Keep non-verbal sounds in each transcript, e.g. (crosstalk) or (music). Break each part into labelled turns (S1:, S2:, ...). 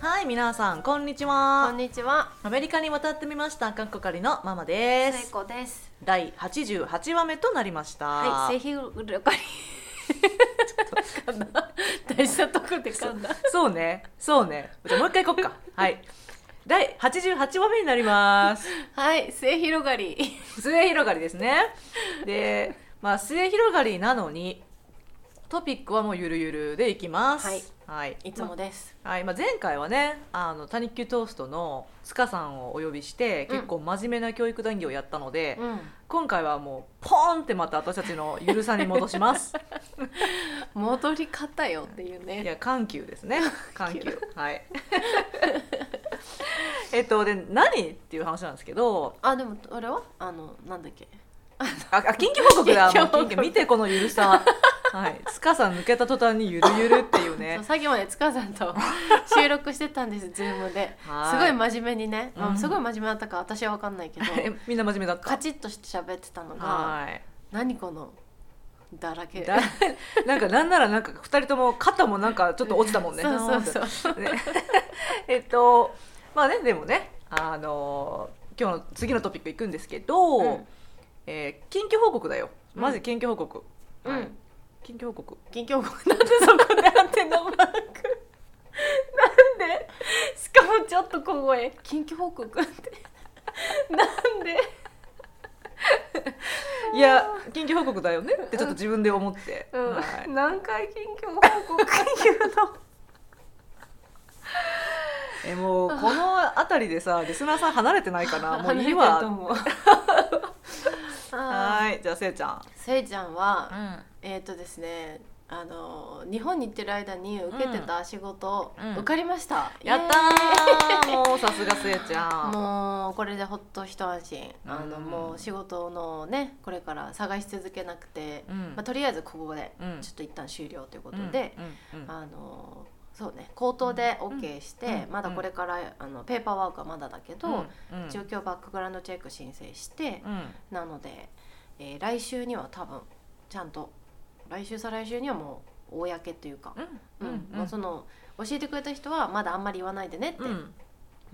S1: はい、皆さん、こんにちは。
S2: こんにちは。
S1: アメリカに渡ってみました、韓国かりのママで
S2: 聖
S1: す。
S2: 子です。
S1: 第88話目となりました。
S2: はい、セヒウルカリ。大事なとこで噛んだ。
S1: そうね、そうね。じゃあもう一回行こ
S2: (laughs)
S1: っか。はい。第88話目になります。
S2: はい、末広がり。
S1: 末広がりですね。で、まあ、末広がりなのに、トピックはもうゆるゆるでいきます。
S2: はい。
S1: はい、
S2: いつもです。
S1: はいまあ、前回はねあの「タニッキュトースト」の塚さんをお呼びして
S2: うん
S1: 結構真面目な教育談義をやったので、
S2: うん、
S1: 今回はもうポーンってまた私たちのゆるさに戻します
S2: (laughs) 戻り方よっていう
S1: い
S2: ね。
S1: や緩急です
S2: (laughs)
S1: ね緩急はい (laughs) えっとで何っていう話なんですけど
S2: あ、でも、あれは、あの、なんだっけ。
S1: ああ近況報告だ
S2: 近
S1: も
S2: 況
S1: う
S2: 報告
S1: 近況見てこのゆるさはい塚さん抜けた途端にゆるゆるっていうね
S2: (laughs) そうさっきまで塚さん (laughs) と収録してたんです、ズームで。
S1: は
S2: すごい真面目にね、まあ
S1: うん
S2: すごい真面目だったか、私はわかんないけど。
S1: えみんな真面目だった
S2: カチッとして喋ってたのが、
S1: はい
S2: 何この。だらけ。
S1: だなんかなんならなんか二人とも肩もなんかちょっと落ちたもんね。
S2: そうそうそう。
S1: ね (laughs) えっとまあねでもねあの今日の次のトピックいくんですけど、
S2: うん
S1: えー緊急報告だよ。まず緊急報告。
S2: う
S1: はい
S2: ん。
S1: 緊急報告。
S2: 近況報告なんでそこでアンテナマークなんでしかもちょっと小声近況報告ってなんで
S1: いや緊急報告だよねってちょっと自分で思って。はい
S2: 何回近況報告言うの
S1: えもうこの辺りでさリスナーさん離れてないか
S2: (laughs)
S1: なもういい
S2: と
S1: わ。
S2: 思うあー
S1: はいじゃあせいちゃん。
S2: せいちゃんは
S1: ん。
S2: えっ、とですねあの日本に行ってる間に受けてた仕事、
S1: うん
S2: 受かりました、
S1: やった
S2: イエ
S1: ーもうさすがせいちゃ
S2: ーイ
S1: ん。
S2: もうこれでほっと一安心あの、
S1: うん
S2: もう仕事のねこれから探し続けなくて、
S1: うん
S2: まあ、とりあえずここで
S1: うん
S2: ちょっと一旦終了ということで、
S1: うんうんうん
S2: あのそうね口頭で
S1: うん
S2: OK して、
S1: うん
S2: まだこれからあのペーパーワークはまだだけど、
S1: うんうん
S2: 状況バックグラウンドチェック申請して、
S1: うん
S2: なので、えー来週には多分ちゃんと来週再来週にはもう公というか、
S1: うん
S2: うん
S1: うん
S2: もうその教えてくれた人はまだあんまり言わないでねって、
S1: うん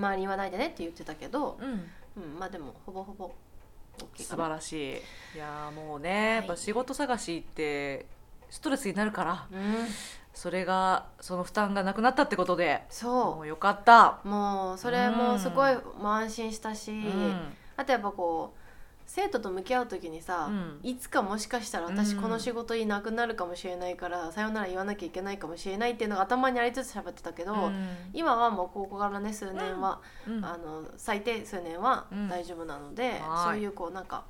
S2: 周りに言わないでねって言ってたけど、
S1: うん
S2: うん、まあでもほぼほぼ OK
S1: 素晴
S2: かな。
S1: らしいいやーもうねやっぱ仕事探しってストレスになるから
S2: うん、
S1: それがその負担がなくなったってことでも
S2: そう
S1: よかった、
S2: うもうそれもすごいもう安心したし、
S1: うん
S2: あとやっぱこう生徒と向き合う時にさ、
S1: うん
S2: いつかもしかしたら私この仕事いなくなるかもしれないから、さよなら言わなきゃいけないかもしれないっていうのが頭にありつつ喋ってたけど、
S1: うん
S2: 今はもうここからね数年は、
S1: うん
S2: あの最低数年は
S1: うん
S2: 大丈夫なので、
S1: はい
S2: そういうこうなんか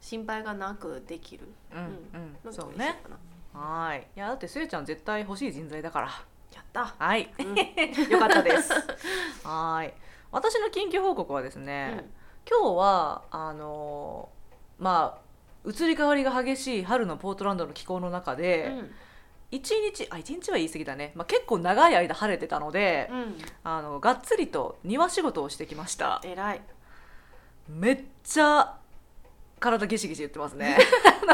S2: 心配がなくできる
S1: うんう
S2: の
S1: ん
S2: が
S1: そう
S2: 嬉しい
S1: ね
S2: かな。
S1: はいいやだってせいちゃん絶対欲しい人材だから
S2: やった、
S1: はい
S2: うん
S1: よかったです
S2: (laughs)
S1: はい私の緊急報告はですね、今日はあのーまあ移り変わりが激しい春のポートランドの気候の中
S2: う
S1: で、
S2: ん
S1: 一日あ一日は言い過ぎだね、まあ、結構長い間晴れてたので、 (laughs)
S2: うん、
S1: あのがっつりと庭仕事をしてきました
S2: 偉い
S1: めっちゃ体ギシギシ言ってます
S2: (laughs)
S1: ね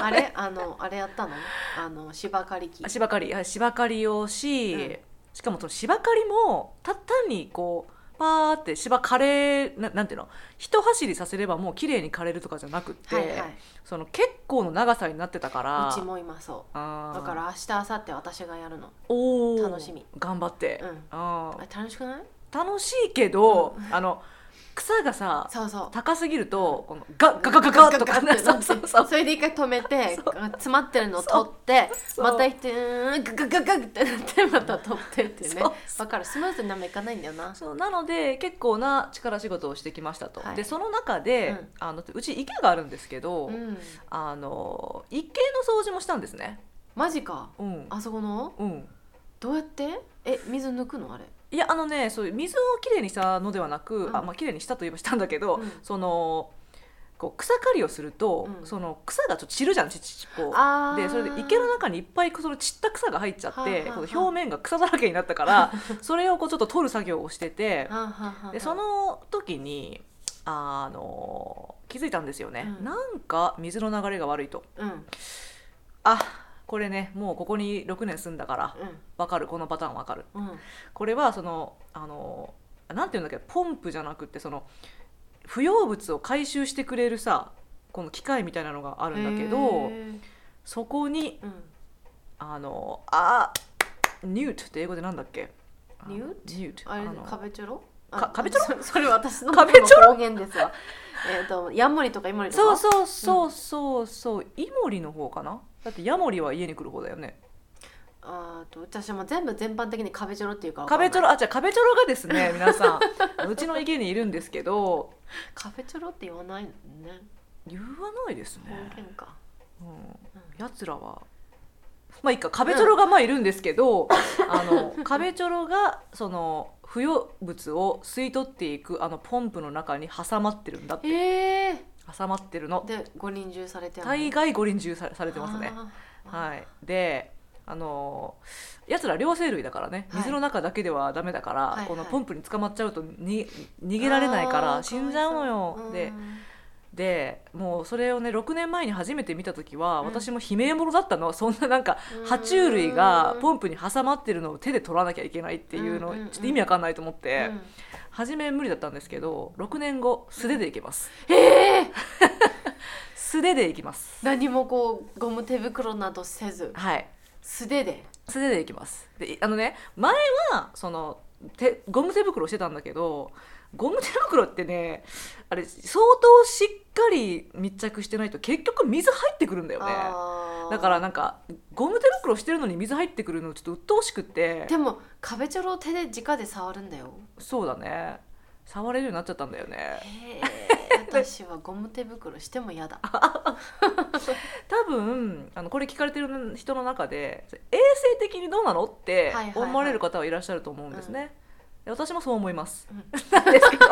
S2: あれあのあれやったのあの芝刈り機
S1: 芝刈りはい芝刈りをし、
S2: うん
S1: しかもその芝刈りもた単にこうパーって芝枯れななんていうの一走りさせればもう綺麗に枯れるとかじゃなくって、
S2: はいはい
S1: その結構の長さになってたから
S2: うちも今そう
S1: あー
S2: だから明日明後日私がやるの。
S1: おー
S2: 楽しみ
S1: 頑張って、
S2: うん。
S1: あ
S2: あ
S1: ー
S2: 楽しくない？
S1: 楽しいけど、あの草がさ
S2: そうそう。
S1: 高すぎるとこのガッガガガガッとかね
S2: ガ
S1: そ
S2: ッ
S1: う
S2: て
S1: そ
S2: なっ
S1: う
S2: て
S1: そう
S2: それで一回止めて詰まってるのを取って
S1: そう
S2: また一回ガガガガってなってまた取ってっていうね
S1: そう
S2: だからスムーズになんもいかないんだよな
S1: そうなので結構な力仕事をしてきましたと、
S2: はい
S1: でその中で、
S2: うん
S1: あのうち池があるんですけど、
S2: うん
S1: あの一軒の掃除もしたんですね
S2: マジか
S1: うん
S2: あそこの
S1: うん
S2: どうやってえ水抜くのあれ
S1: いやあのねそういう水をきれいにしたのではなく、
S2: うん
S1: あまあきれいにしたといえばしたんだけど、
S2: うん
S1: そのこう草刈りをすると、
S2: うん
S1: その草がちょっと散るじゃんちちちこう
S2: あー
S1: でそれで池の中にいっぱいその散った草が入っちゃって、
S2: はいはいはい
S1: この表面が草だらけになったから
S2: (laughs)
S1: それをこうちょっと取る作業をしてて
S2: はんはんはんはん
S1: でその時にあの気づいたんですよね、
S2: うん
S1: なんか水の流れが悪いと
S2: うん
S1: あここれねもうここに6年住んだからわかるこのパターンわかる
S2: うんうん
S1: これはそのあのなんていうんだっけポンプじゃなくってその不要物を回収してくれるさこの機械みたいなのがあるんだけど
S2: へー
S1: そこに
S2: うん
S1: あのあニュートって英語でなんだっけあの
S2: ニュー
S1: ニュート
S2: あれ
S1: あの
S2: 壁チョロ
S1: か
S2: あ
S1: 壁チョ
S2: そ (laughs) それ私の
S1: 壁チョ
S2: 方言ですわえっとヤンモリとかイモリとか
S1: そうそうそうそうそうイモリの方かなだってヤモリは家に来る方だよね
S2: あーと私はもう全部全般的に壁チョロっていうからわかんな
S1: 壁
S2: い
S1: チョロあじゃ壁チョロがですね皆さんうちの家にいるんですけど
S2: 壁チョロって言わないのね
S1: 言わないです
S2: 方
S1: ね、
S2: 言か、
S1: うん、
S2: うん
S1: やつらはまあいいか壁チョロがまあいるんですけど、あの壁チョロがその不要物を吸い取っていくあのポンプの中に挟まってるんだって
S2: ええ
S1: 挟まってるの
S2: で五人中されてんの
S1: 大概五輪中さされてますね
S2: あー
S1: はいであのやつら両生類だからね
S2: はい
S1: 水の中だけではダメだから、
S2: いはい
S1: このポンプに捕まっちゃうとに逃げられないか
S2: あー
S1: ら死んじゃうのよ
S2: かわいそう
S1: で
S2: うん
S1: でもうそれをね6年前に初めて見た時は、
S2: うん
S1: 私も悲鳴ものだったのそんななんか
S2: うん
S1: 爬虫類がポンプに挟まってるのを手で取らなきゃいけないっていうの、
S2: うんうんうん
S1: ちょっと意味わかんないと思って、
S2: うん
S1: 初め無理だったんですけど6年後素手でいけます、
S2: ええ
S1: 素手でいきます
S2: 何もこうゴム手袋などせず
S1: はい
S2: 素手で
S1: 素手でいきますでいあのね前はその手ゴム手袋してたんだけどゴム手袋ってねあれ相当しっかり密着してないと結局水入ってくるんだよね
S2: あー
S1: だからなんかゴム手袋してるのに水入ってくるのちょっと鬱陶しくって
S2: でも壁チョロを手で直で触るんだよ
S1: そうだね触れるようになっちゃったんだよね
S2: ええ私はゴム手袋しても嫌だ
S1: 多分あのこれ聞かれてる人の中で衛生的にどうなのって
S2: はいはいはい
S1: 思われる方はいらっしゃると思うんですね、で私もそう思います、
S2: うん
S1: なんですけど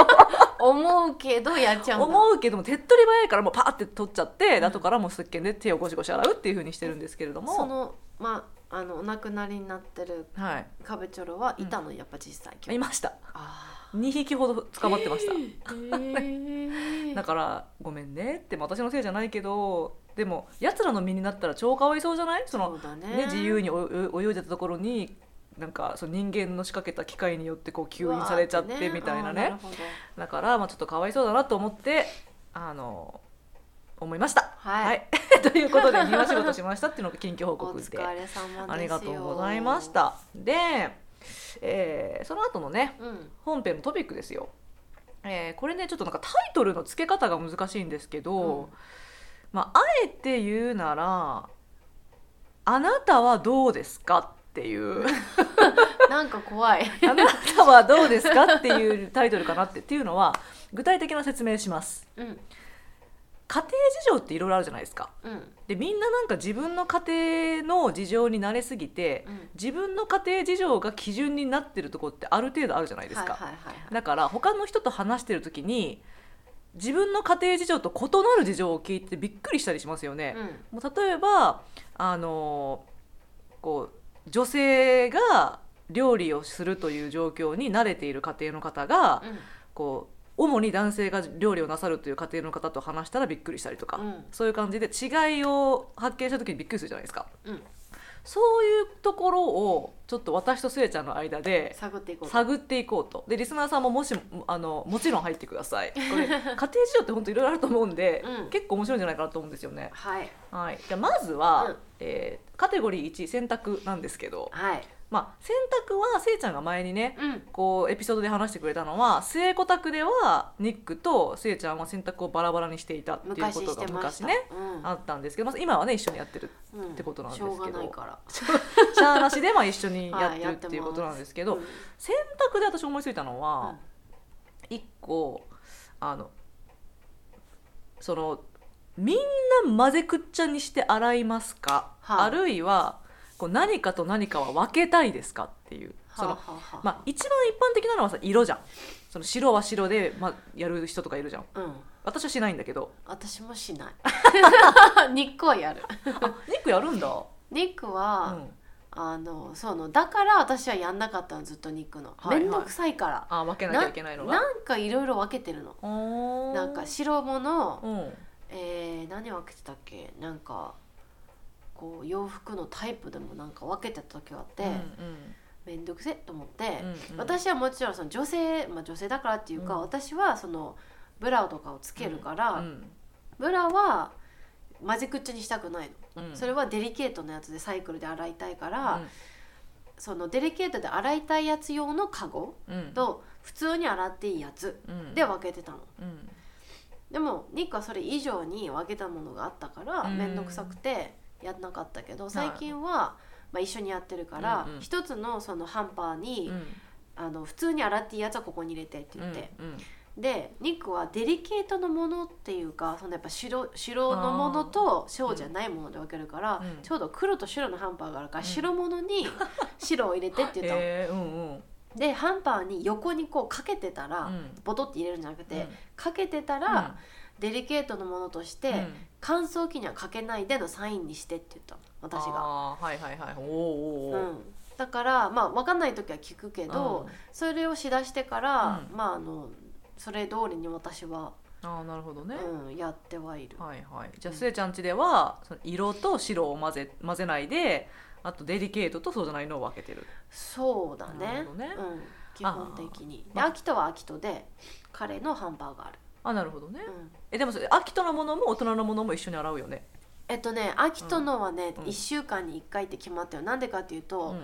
S2: 思うけどやっちゃうんだ
S1: 思うけども手っ取り早いからもうパーって取っちゃって、
S2: うん
S1: 後からもう石鹸で手をゴシゴシ洗うっていうふうにしてるんですけれど
S2: そ
S1: も
S2: のまああのお亡くなりになってる
S1: はい
S2: 壁チョロはいたの、やっぱ実際
S1: いました
S2: あ
S1: 2匹ほど捕まってました、
S2: あ (laughs) ー
S1: だからごめんねって私のせいじゃないけどでもやつらの身になったら超かわいそうじゃないその
S2: そうだね
S1: ね、自由にお泳いでたところになんかその人間の仕掛けた機械によってこう吸引されちゃってみたいなね
S2: わーってあーるほど
S1: だから、まあ、ちょっとかわいそうだなと思ってあの思いました。
S2: はい、
S1: はい、 (laughs) ということで庭仕事しましたっていうのが近況報
S2: (laughs) お
S1: 告で
S2: 疲れ様ですよ
S1: ありがとうございまし、た。で、えーその後のね
S2: うん、
S1: 本編のトピックですよ。えーこれねちょっとなんかタイトルの付け方が難しいんですけど、
S2: うん
S1: まあ、あえて言うなら「あなたはどうですか?」って
S2: (laughs)
S1: いう「
S2: なんか怖い
S1: あなたはどうですか?」っていうタイトルかなってっていうのは具体的な説明します。
S2: うん
S1: 家庭事情っていろいろあるじゃないですか。
S2: うん
S1: でみんななんか自分の家庭の事情に慣れすぎて
S2: うん
S1: 自分の家庭事情が基準になってるとこってある程度あるじゃないですか。
S2: はいはいはいはい
S1: だから他の人と話してる時に自分の家庭事情と異なる事情を聞いてびっくりしたりしますよね。
S2: う
S1: も
S2: ん
S1: う例えばあのこう女性が料理をするという状況に慣れている家庭の方がこう主に男性が料理をなさるという家庭の方と話したらびっくりしたりとか、
S2: うん
S1: そういう感じで違いを発見した時にびっくりするじゃないですか。
S2: うんうん
S1: そういうところをちょっと私とすえちゃんの間で
S2: 探っていこう
S1: 探っていこうとでリスナーさんももしあのもちろん入ってくださ
S2: (laughs)
S1: いこれ家庭事情って本当いろいろあると思うんで、
S2: うん
S1: 結構面白いんじゃないかなと思うんですよね、
S2: はい
S1: はい、じゃあまずは、
S2: うん
S1: えーカテゴリー1選択なんですけど、
S2: はい
S1: まあ、選択はせいちゃんが前にね
S2: うん
S1: こうエピソードで話してくれたのは末子宅ではニックとせいちゃんは選択をバラバラにしていたっていうこ
S2: 昔
S1: と
S2: して
S1: が
S2: ま
S1: 昔
S2: した
S1: ね
S2: うん
S1: あったんですけど、まあ、今はね一緒にやってる
S2: うん
S1: ってことなんですけ
S2: しょうがない
S1: ど
S2: から
S1: しゃーなしでまあ一緒にやっ
S2: はいや
S1: て
S2: っ
S1: る
S2: て
S1: っていう
S2: ます
S1: ことなんですけど、
S2: うん
S1: 選択で私思いついたのは。
S2: うん
S1: 一個あのそのみんな混ぜくっちゃにして洗いますか、
S2: はい
S1: あるいはこう何かと何かは分けたいですかっていうその、
S2: はあはあはあ
S1: まあ、一番一般的なのはさ色じゃんその白は白で、まあ、やる人とかいるじゃん
S2: うん
S1: 私はしないんだけど
S2: 私もしない
S1: (laughs)
S2: ニックはやる
S1: あニックやるんだ、う
S2: ニックは、
S1: ん、
S2: あのそうのだから私はやんなかったのずっとニックの
S1: はいはい
S2: 面倒、くさいから
S1: あ分けなきゃいけないのが
S2: なんかいろいろ分けてるの
S1: な
S2: なんか白物、
S1: うん
S2: えー、何分けてたっけなんかこう洋服のタイプでもなんか分けてた時があって、
S1: うん
S2: めんどくせえと思って、
S1: うんうん
S2: 私はもちろんその女性、まあ、女性だからっていう
S1: う
S2: か、
S1: ん
S2: 私はそのブラとかをつけるから、
S1: うん
S2: ブラはマジックチュにしたくないの、
S1: うん
S2: それはデリケートなやつでサイクルで洗いたいから、そのデリケートで洗いたいやつ用のカゴ
S1: うん、
S2: と普通に洗っていいやつ
S1: うん
S2: で分けてたの。
S1: うん
S2: でもニックはそれ以上に分けたものがあったから
S1: うん
S2: 面倒くさくてやんなかったけど
S1: い
S2: 最近は、まあ、一緒にやってるから
S1: うんうん
S2: 一、つのそのハンパーに、
S1: うん
S2: あの普通に洗っていいやつはここに入れてって言って、
S1: うん
S2: でニックはデリケートのものっていうかそのやっぱ白白のものと白じゃないもので分けるから、
S1: うん
S2: ちょうど黒と白のハンパーがあるから、
S1: うん
S2: 白
S1: (laughs)
S2: 物に白を入れてって言ったの。
S1: えーうんうん
S2: でハンパーに横にこうかけてたら、
S1: うん
S2: ボトって入れるんじゃなくて、
S1: うん
S2: かけてたら、デリケートのものとして、
S1: うん
S2: 乾燥機にはかけないでのサインにしてって言ったの私が、
S1: あーはいはいはいおーお
S2: う
S1: ーおー
S2: ん、だからまあ分かんない時は聞くけど、
S1: うん
S2: それをしだしてから、
S1: う
S2: まああのそれ通りに私は、
S1: ああなるほどね、
S2: うん、やってはいる、
S1: はいはいじゃあすえちゃん家ではその色と白を混ぜ混ぜないであとデリケートとそうじゃないのを分けてる
S2: そうだ
S1: な
S2: ね
S1: るほどね
S2: うん、基本的に
S1: あー
S2: で秋とは秋とで彼のハンバーガーある、
S1: あなるほどね
S2: うん、
S1: えでもそれ秋とのものも大人のものも一緒に洗うよね
S2: えっとね秋とのはね、
S1: うん
S2: 一1週間に1回って決まったよなんでかっていうと、
S1: うん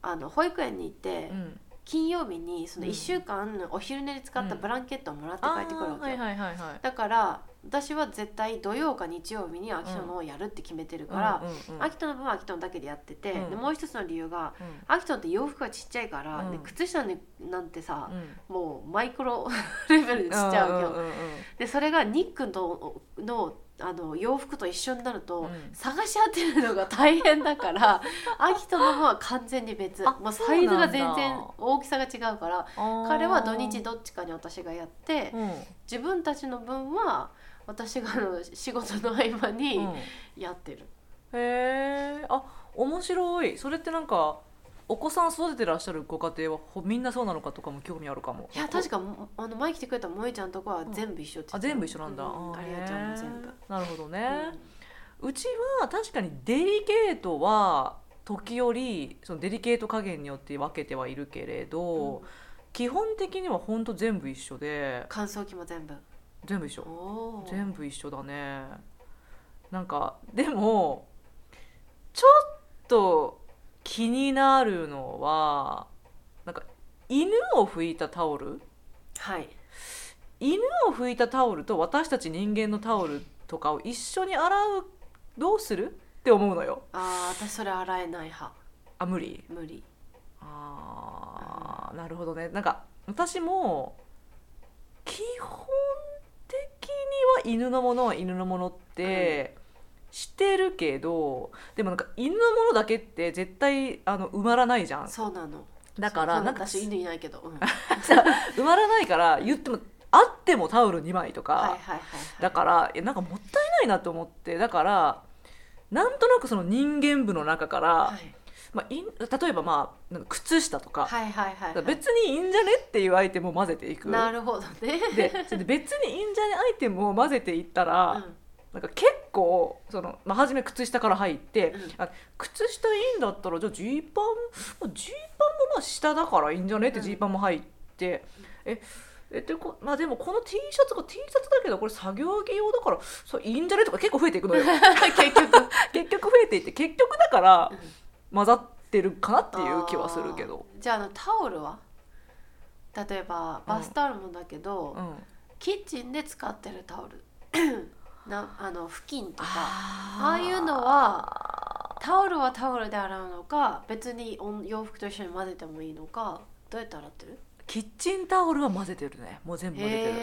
S2: あの保育園に行って、
S1: うん
S2: 金曜日にその
S1: うん
S2: 1週間お昼寝で使った
S1: うん
S2: ブランケットをもらって
S1: あ
S2: 帰ってくるわけよ、
S1: ーはいはいはいはい
S2: だから私は絶対土曜か日曜日に秋田のをやるって決めてるから、
S1: うんうんうん
S2: 秋田の分は秋田のだけでやってて、
S1: うん
S2: でもう一つの理由が
S1: うん
S2: 秋田って洋服がちっちゃいから、
S1: うん
S2: で靴下なんてさ、
S1: うん
S2: もうマイクロ (laughs) レベルでちっちゃいわけよ。
S1: んんん
S2: でそれがニックののあの洋服と一緒になると、
S1: うん
S2: 探し当てるのが大変だから
S1: (laughs)
S2: 秋田の分は完全に別
S1: あ
S2: もう
S1: そうな
S2: サ
S1: ん
S2: イ
S1: だ
S2: ズが全然大きさが違うから
S1: あー
S2: 彼は土日どっちかに私がやって。
S1: うん
S2: 自分たちの分は私があの仕事の合間に
S1: うん
S2: やってる、
S1: へえあ面白いそれってなんかお子さん育ててらっしゃるご家庭はほみんなそうなのかとかも興味あるかも
S2: いや確かもあの前来てくれた萌えちゃんとこは全部一緒って言
S1: あ
S2: ってた
S1: 全部一緒なんだ、
S2: うん
S1: あ
S2: あ
S1: ー
S2: りがちゃんも全部、
S1: なるほど
S2: う
S1: ね
S2: ん、
S1: うちは確かにデリケートは時折そのデリケート加減によって分けてはいるけれど、基本的にはほんと全部一緒で
S2: 乾燥機も全部
S1: 全部一緒
S2: おー
S1: 全部一緒だねなんかでもちょっと気になるのはなんか犬を拭いたタオル
S2: はい
S1: 犬を拭いたタオルと私たち人間のタオルとかを一緒に洗うどうするって思うのよ
S2: あー私それ洗えない派
S1: あ無理
S2: 無理
S1: あーなるほどねなんか私も基本的には犬のものは犬のものってしてるけど、でもなんか犬のものだけって絶対あの埋まらないじゃん
S2: そうなの
S1: だから
S2: そう
S1: なんか
S2: 私犬いないけど、うん、はい
S1: 埋まらないから言ってもあってもタオル2枚とか、
S2: はいはいはい
S1: だからいやなんかもったいないなと思ってだからなんとなくその人間部の中から、
S2: はい
S1: まあ、いん例えばまあなんか靴下とか、
S2: はいはいはいはい
S1: 別にいいんじゃねっていうアイテムを混ぜていく
S2: なるほどね
S1: でそれで別にいいんじゃねアイテムを混ぜていったら、
S2: うん
S1: なんか結構その、まあ、初め靴下から入って、
S2: うん
S1: あ靴下いいんだったらじゃあジーパンまあジーパンもまあ下だからいいんじゃねって
S2: うん
S1: ジーパンも入って、ええでこまあ、でもこの T シャツが T シャツだけどこれ作業着用だからそういいんじゃねとか結構増えていく
S2: (laughs)
S1: のよ結局結局増えていって結局だから
S2: うん
S1: 混ざってるかなっていう気はするけど。
S2: あーじゃああのタオルは例えばバスタオルもだけど、
S1: うん
S2: キッチンで使ってるタオル (clears throat) なあの布巾とか
S1: あ
S2: ああいうのはタオルはタオルで洗うのか別にお洋服と一緒に混ぜてもいいのかどうやって洗ってる
S1: キッチンタオルは混ぜてるねもう全部混ぜてる
S2: へ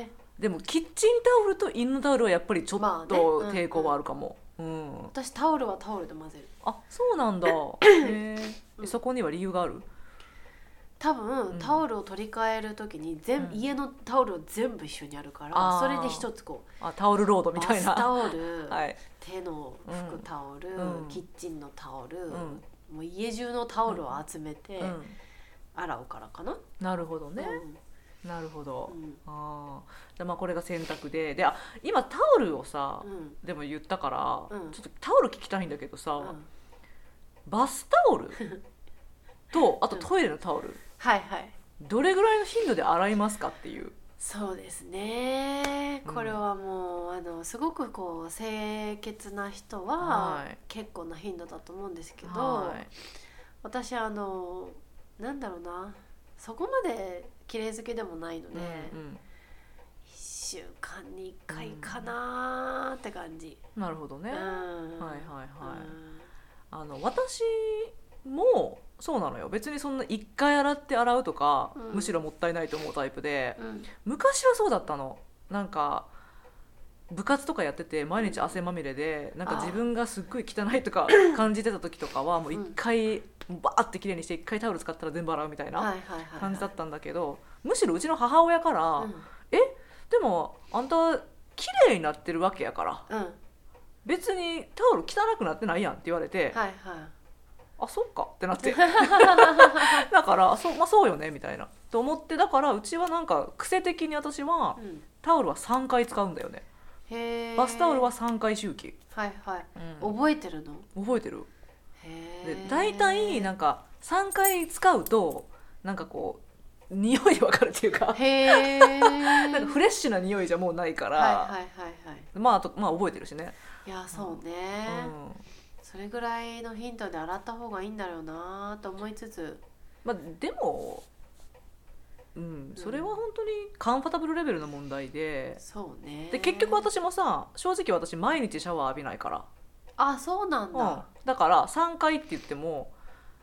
S2: え
S1: でもキッチンタオルと犬のタオルはやっぱりちょっ
S2: まあね
S1: と
S2: うん
S1: 抵抗はあるかも、うん
S2: 私タオルはタオルで混ぜる
S1: あそうなんだへ
S2: う
S1: え
S2: ん
S1: そこには理由がある
S2: 多分、
S1: うん
S2: タオルを取り替える時に全、
S1: うん
S2: 家のタオルを全部一緒にやるから
S1: あー
S2: それで一つこ
S1: あタオルロード
S2: う
S1: み
S2: バ
S1: たい
S2: スタ
S1: な
S2: オ
S1: (laughs)
S2: ル、
S1: はい、
S2: 手の拭くタオル、
S1: うん
S2: キッチンのタオル、
S1: うん
S2: もう家中のタオルを集めて
S1: うん
S2: 洗うからかな、
S1: なるほど
S2: う
S1: ね、
S2: ん
S1: なるほど、
S2: うん
S1: あーじゃあまあこれが選択でであ今タオルをさ、
S2: うん
S1: でも言ったから、
S2: うん
S1: ちょっとタオル聞きたいんだけどさ、
S2: うん
S1: バスタオルとあとトイレのタオル、
S2: はいはい
S1: どれぐらいの頻度で洗いますかっていう
S2: そうですね
S1: うん
S2: これはもう、あのすごくこう清潔な人は
S1: はい
S2: 結構な頻度だと思うんですけど、
S1: はい
S2: 私あのなんだろうなそこまで綺麗好きでもないので、
S1: うん
S2: 1週間に1回かなーって感じ、
S1: うん、なるほどね、
S2: う
S1: は
S2: ん
S1: いはいはいあの私もそうなのよ別にそんな一回洗って洗うとか、
S2: うん
S1: むしろもったいないと思うタイプで
S2: うんうん
S1: 昔はそうだったのなんか部活とかやってて毎日汗まみれでなん
S2: あ
S1: か
S2: ー
S1: 自分がすっごい汚いと
S2: (coughs)
S1: か感じてた時とかはもう一回バーって綺麗にして一回タオル使ったら全部洗うみたい
S2: はい
S1: な
S2: はいはいはい
S1: 感じだったんだけどむしろうちの母親から
S2: う
S1: 「
S2: ん
S1: でもあんた綺麗になってるわけやから
S2: うん、
S1: 別にタオル汚くなってないやん」って言われて
S2: はいはい
S1: あそっかってなって
S2: (laughs)
S1: だからそう,、まあ、そうよねみたいなと思ってだからうちはなんか癖的に私は
S2: うん
S1: タオルは3回使うんだよね
S2: へー
S1: バスタオルは3回周期、
S2: はいはい
S1: うん
S2: 覚えてるの
S1: 覚えてる
S2: へ
S1: で
S2: ー
S1: 大体なんか3回使うとなんかこう匂いでわかるっていう
S2: (laughs)
S1: か
S2: へえな
S1: (laughs) なんかフレッシュな匂いじゃもうないから、
S2: はいはいはいはい
S1: まああとまあ覚えてるしね、
S2: いやそうね、
S1: うん
S2: それぐらいのヒントで洗った方がいいんだろうなと思いつつ
S1: まあ、でもうんそれは本当にカンファタブルレベルの問題で
S2: そうね
S1: で結局私もさ正直私毎日シャワー浴びないから、
S2: あそうなん
S1: うん
S2: だ、
S1: だから3回って言っても、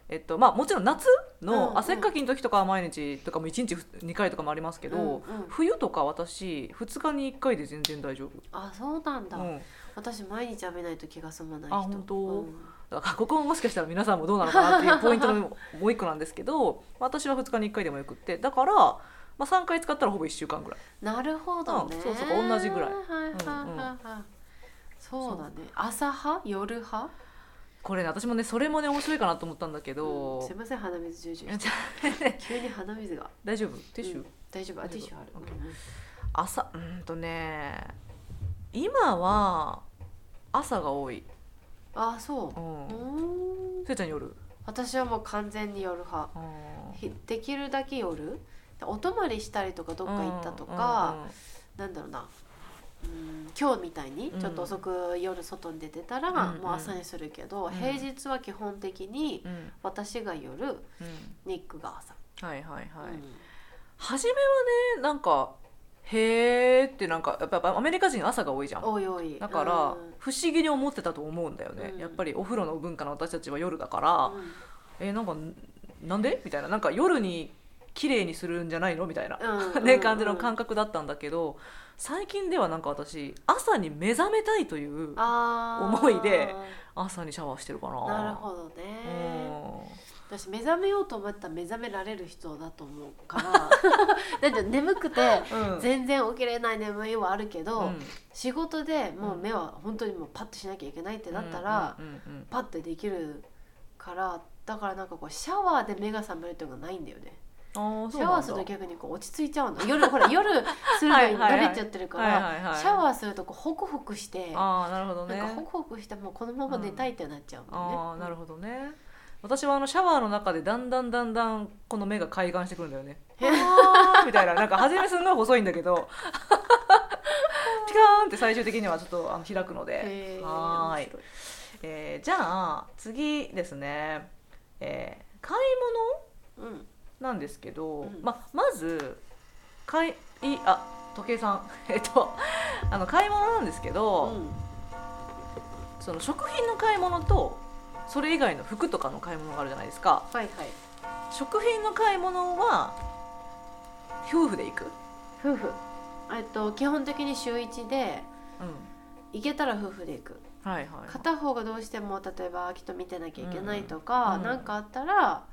S1: えっとまあ、もちろん夏
S2: うんう
S1: の
S2: ん
S1: 汗っかきの時とかは毎日とかも1日2回とかもありますけど、
S2: うんうん
S1: 冬とか私2日に1回で全然大丈夫、
S2: あそうなんだ、
S1: うん、
S2: 私毎日浴びないと気が済まない人
S1: あ本当
S2: うん
S1: だからここももしかしたら皆さんもどうなのかなっていうポイントのもう一個なんですけど私は2日に1回でもよくってだから、まあ、3回使ったらほぼ1週間ぐらい
S2: なるほどね、
S1: うんそうそう同じぐらい
S2: はいはいはいはい、そうだね朝派夜派、
S1: これね私もねそれもね面白いかなと思ったんだけ
S2: うん、
S1: ど
S2: すい、ません鼻水重々急に鼻水が
S1: 大丈夫ティッシュ、
S2: うん大丈夫あティッシュある、
S1: 大丈夫
S2: うん
S1: 朝うーんとね今は朝が多い、、
S2: あそうううんーん
S1: せいちゃん夜
S2: 私はもう完全に夜派
S1: あー
S2: ひできるだけ夜お泊まりしたりとかどっか行ったとか、なんだろうなうん今日みたいにちょっと遅く夜外に出てたら、
S1: うん
S2: もう朝にするけど、
S1: ん
S2: 平日は基本的に
S1: うんうんうん
S2: 私が夜
S1: うん
S2: ニックが朝、
S1: はいはいはい、
S2: うん
S1: 初めはねなんかへーってなんかやっぱアメリカ人朝が多いじゃん
S2: おいおい
S1: だから
S2: うん
S1: 不思議に思ってたと思うんだよね、
S2: うん
S1: やっぱりお風呂の文化の私たちは夜だから、
S2: うん
S1: えーなんかなんでみたいななんか夜に綺麗にするんじゃないのみたいな、
S2: う
S1: (laughs)
S2: ん
S1: ね感じの
S2: うん
S1: 感覚だったんだけど最近ではなんか私朝に目覚めたいという
S2: あー
S1: 思いで朝にシャワーしてるかな
S2: なるほどね私目覚めようと思ったら目覚められる人だと思うから
S1: (laughs)
S2: だって眠くて
S1: うんうん
S2: 全然起きれない眠いはあるけど、
S1: うん
S2: 仕事でもう目は本当にもうパッとしなきゃいけないってなったら、
S1: うんうん
S2: パッてできるからだからなんかこうシャワーで目が覚めるっていうのがないんだよね
S1: うんあー
S2: シ
S1: そう
S2: ャ
S1: な
S2: ワー
S1: ん
S2: する
S1: だ
S2: と逆にこう落ち着いちゃうの夜ほら夜するのに慣れちゃってるから
S1: はいはいはい
S2: シャワーするとこうホクホクしてな
S1: ああなるほど
S2: ん
S1: ね
S2: かホクホクしてもうこのまま寝たいってなっちゃうんだよね、
S1: ああなるほどね私はあのシャワーの中でだんだんだんだんこの目が開眼してくるんだよねあーみたいななんか初めすんごい細いんだけどピカーンって最終的にはちょっとあの開くの
S2: へ
S1: で
S2: ー
S1: はー
S2: 面
S1: い
S2: 白、
S1: えーじゃあ次ですね、えー買い
S2: うん
S1: 物なんですけど、
S2: うん
S1: ままず買いいあ時計さん (laughs) えっとあの買い物なんですけど、
S2: うん
S1: その食品の買い物とそれ以外の服とかの買い物があるじゃないですか
S2: はいはい
S1: 食品の買い物は夫婦で行く、
S2: 夫婦えっと基本的に週1で
S1: うん、
S2: 行けたら夫婦で行く
S1: はいはい
S2: 片方がどうしても例えばきっと見てなきゃいけないと
S1: うん
S2: か
S1: うん
S2: 何、なんかあったら、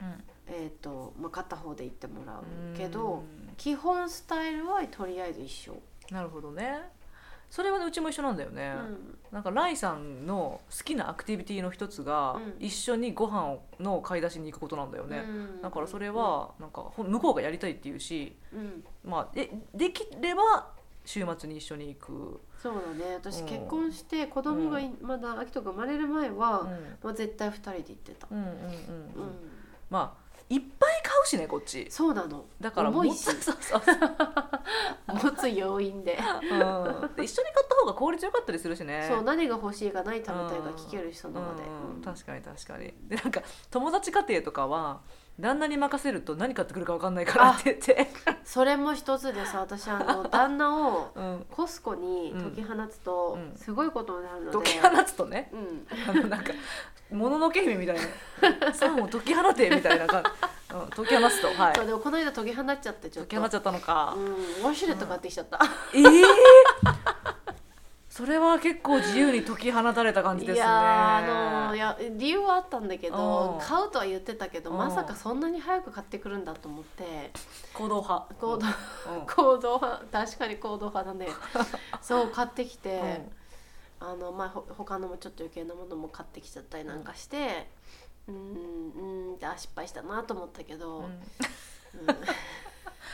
S1: うん
S2: えっとまあ、片方で行ってもらうけ
S1: う
S2: ど
S1: ん
S2: 基本スタイルはとりあえず一緒
S1: なるほどねそれはねうちも一緒なんだよね、
S2: うん
S1: なんかライさんの好きなアクティビティの一つが、
S2: うん
S1: 一緒にご飯の買い出しに行くことなんだよね、
S2: うん
S1: だからそれ、はなんかほ向こうがやりたいっていうし、
S2: うん、
S1: まあ、でできれば週末に一緒に行く、
S2: そうだね私
S1: うん
S2: 結婚して子供がいまだ秋人が生まれる前は、
S1: うん、
S2: もう絶対二人で行ってた、
S1: うんうんうん
S2: う
S1: うんんまあいっぱい買うしねこっち
S2: そうなの
S1: だから
S2: 重
S1: も
S2: い
S1: っと
S2: し
S1: そうそう
S2: 持つ要因で、
S1: そう、うん、で一緒に買った方が効率よかったりするし (laughs) ね
S2: そう何が欲しいか何食べたいか聞ける人なので、
S1: うん
S2: うん
S1: 確かに確かにでなんか友達家庭とかは旦那に任せると何買ってくるか分かんないからって言って、
S2: それも一つでさ私あ
S1: (laughs)
S2: の旦那を
S1: うん、
S2: コスコに解き放つ
S1: う
S2: と
S1: ん
S2: すごいことになるので、
S1: 解き放つとね
S2: うん
S1: あのなんかもののけ姫みたいな「さあもう解き放て」みたいな感じ、うん、解き放つとはい
S2: そうでもこの間解き放っちゃってち
S1: 解
S2: ょっ
S1: き
S2: と
S1: 放っちゃったのか
S2: う、ん、ウォシュレット買ってきちゃった、
S1: ええそれは結構自由に解き放たれた感じですね
S2: いやーあのいや理由はあったんだけど
S1: うん
S2: 買うとは言ってたけど
S1: うん
S2: まさかそんなに早く買ってくるんだと思って
S1: 行動派
S2: 行動 (laughs)
S1: うん
S2: 行動派確かに行動派だ
S1: (laughs)
S2: ねそう買ってきて、
S1: うん
S2: あのまあほ他のもちょっと余計なものも買ってきちゃったりなんかしてうんうんうんってあ失敗したなと思ったけど、
S1: うん
S2: うん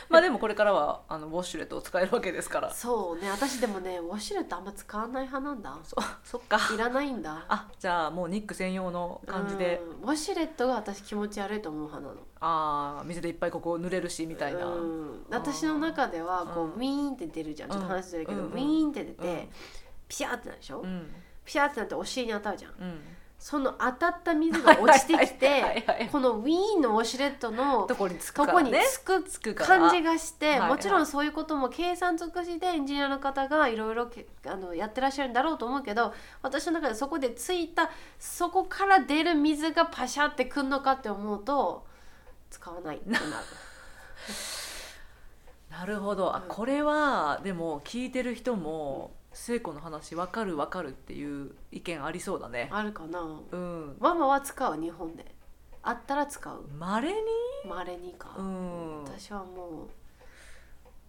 S1: まあでもこれからはあのウォシュレットを使えるわけですから
S2: (laughs) そうね私でもねウォシュレットあんま使わない派なんだ
S1: そそっか
S2: いらないんだ
S1: あじゃあもうニック専用の感じで、
S2: うんウォシュレットが私気持ち悪いと思う派なの
S1: ああ水でいっぱいここ濡れるしみたいな、
S2: うん、私の中ではこう、
S1: うん
S2: ウィーンって出るじゃんちょっと話するけど、
S1: うんうん
S2: ウィーンって出て、
S1: うん
S2: ピシャーってなるでしょ、
S1: うん
S2: ピシャーってなってお尻に当たるじゃん
S1: うん
S2: その当たった水が落ちてき
S1: はいはい
S2: て
S1: はいはい
S2: このウィーンのウォシュレットの
S1: どこにつく
S2: と
S1: か
S2: こ
S1: ら
S2: に
S1: ね
S2: つく
S1: つくから
S2: 感じがして、
S1: はいはい
S2: もちろんそういうことも計算尽くしでエンジニアの方がいろいろけあのやってらっしゃるんだろうと思うけど私の中でそこでついたそこから出る水がパシャってくんのかって思うと使わないっ
S1: (laughs)
S2: てなる
S1: なるほどあ
S2: うん
S1: これはでも聞いてる人も聖子の話わかるわかるっていう意見ありそうだね
S2: あるかな
S1: うん
S2: ママは使う日本であったら使う
S1: まれに
S2: まれにか、
S1: うん
S2: 私はもう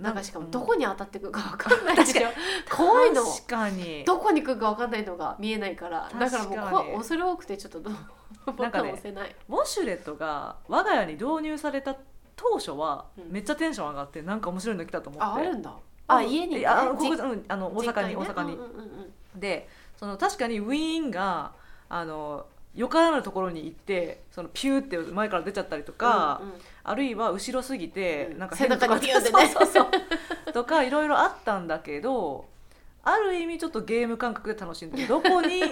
S1: な
S2: なん
S1: ん
S2: か
S1: か
S2: しかも
S1: うん
S2: どこに当たってくるか分かんないでしょ (laughs) 怖いの
S1: 確かに
S2: どこに来るか分かんないのが見えないからだからも
S1: 確か
S2: う
S1: に
S2: 怖い恐れ多くてちょっとどう (laughs) ボ
S1: なん
S2: タ
S1: か
S2: ン
S1: ね
S2: 押せない、
S1: ウォシュレットが我が家に導入された当初は
S2: うん
S1: めっちゃテンション上がってなんか面白いの来たと思って
S2: ああるんだあ家にね
S1: いやあここ
S2: じ
S1: うんあの大阪に
S2: 実家
S1: 大阪
S2: う
S1: に
S2: んうんうん
S1: でその確かにウィーンがあのよからぬところに行ってそのピューって前から出ちゃったりとか、
S2: うんうん
S1: あるいは後ろすぎて、
S2: うん
S1: なんか
S2: 背中に
S1: 変
S2: ビュー
S1: な
S2: っ
S1: と
S2: て
S1: こ
S2: ね
S1: (laughs) そうそうそうとかいろいろあったんだけどある意味ちょっとゲーム感覚で楽しん
S2: (laughs)
S1: でどこに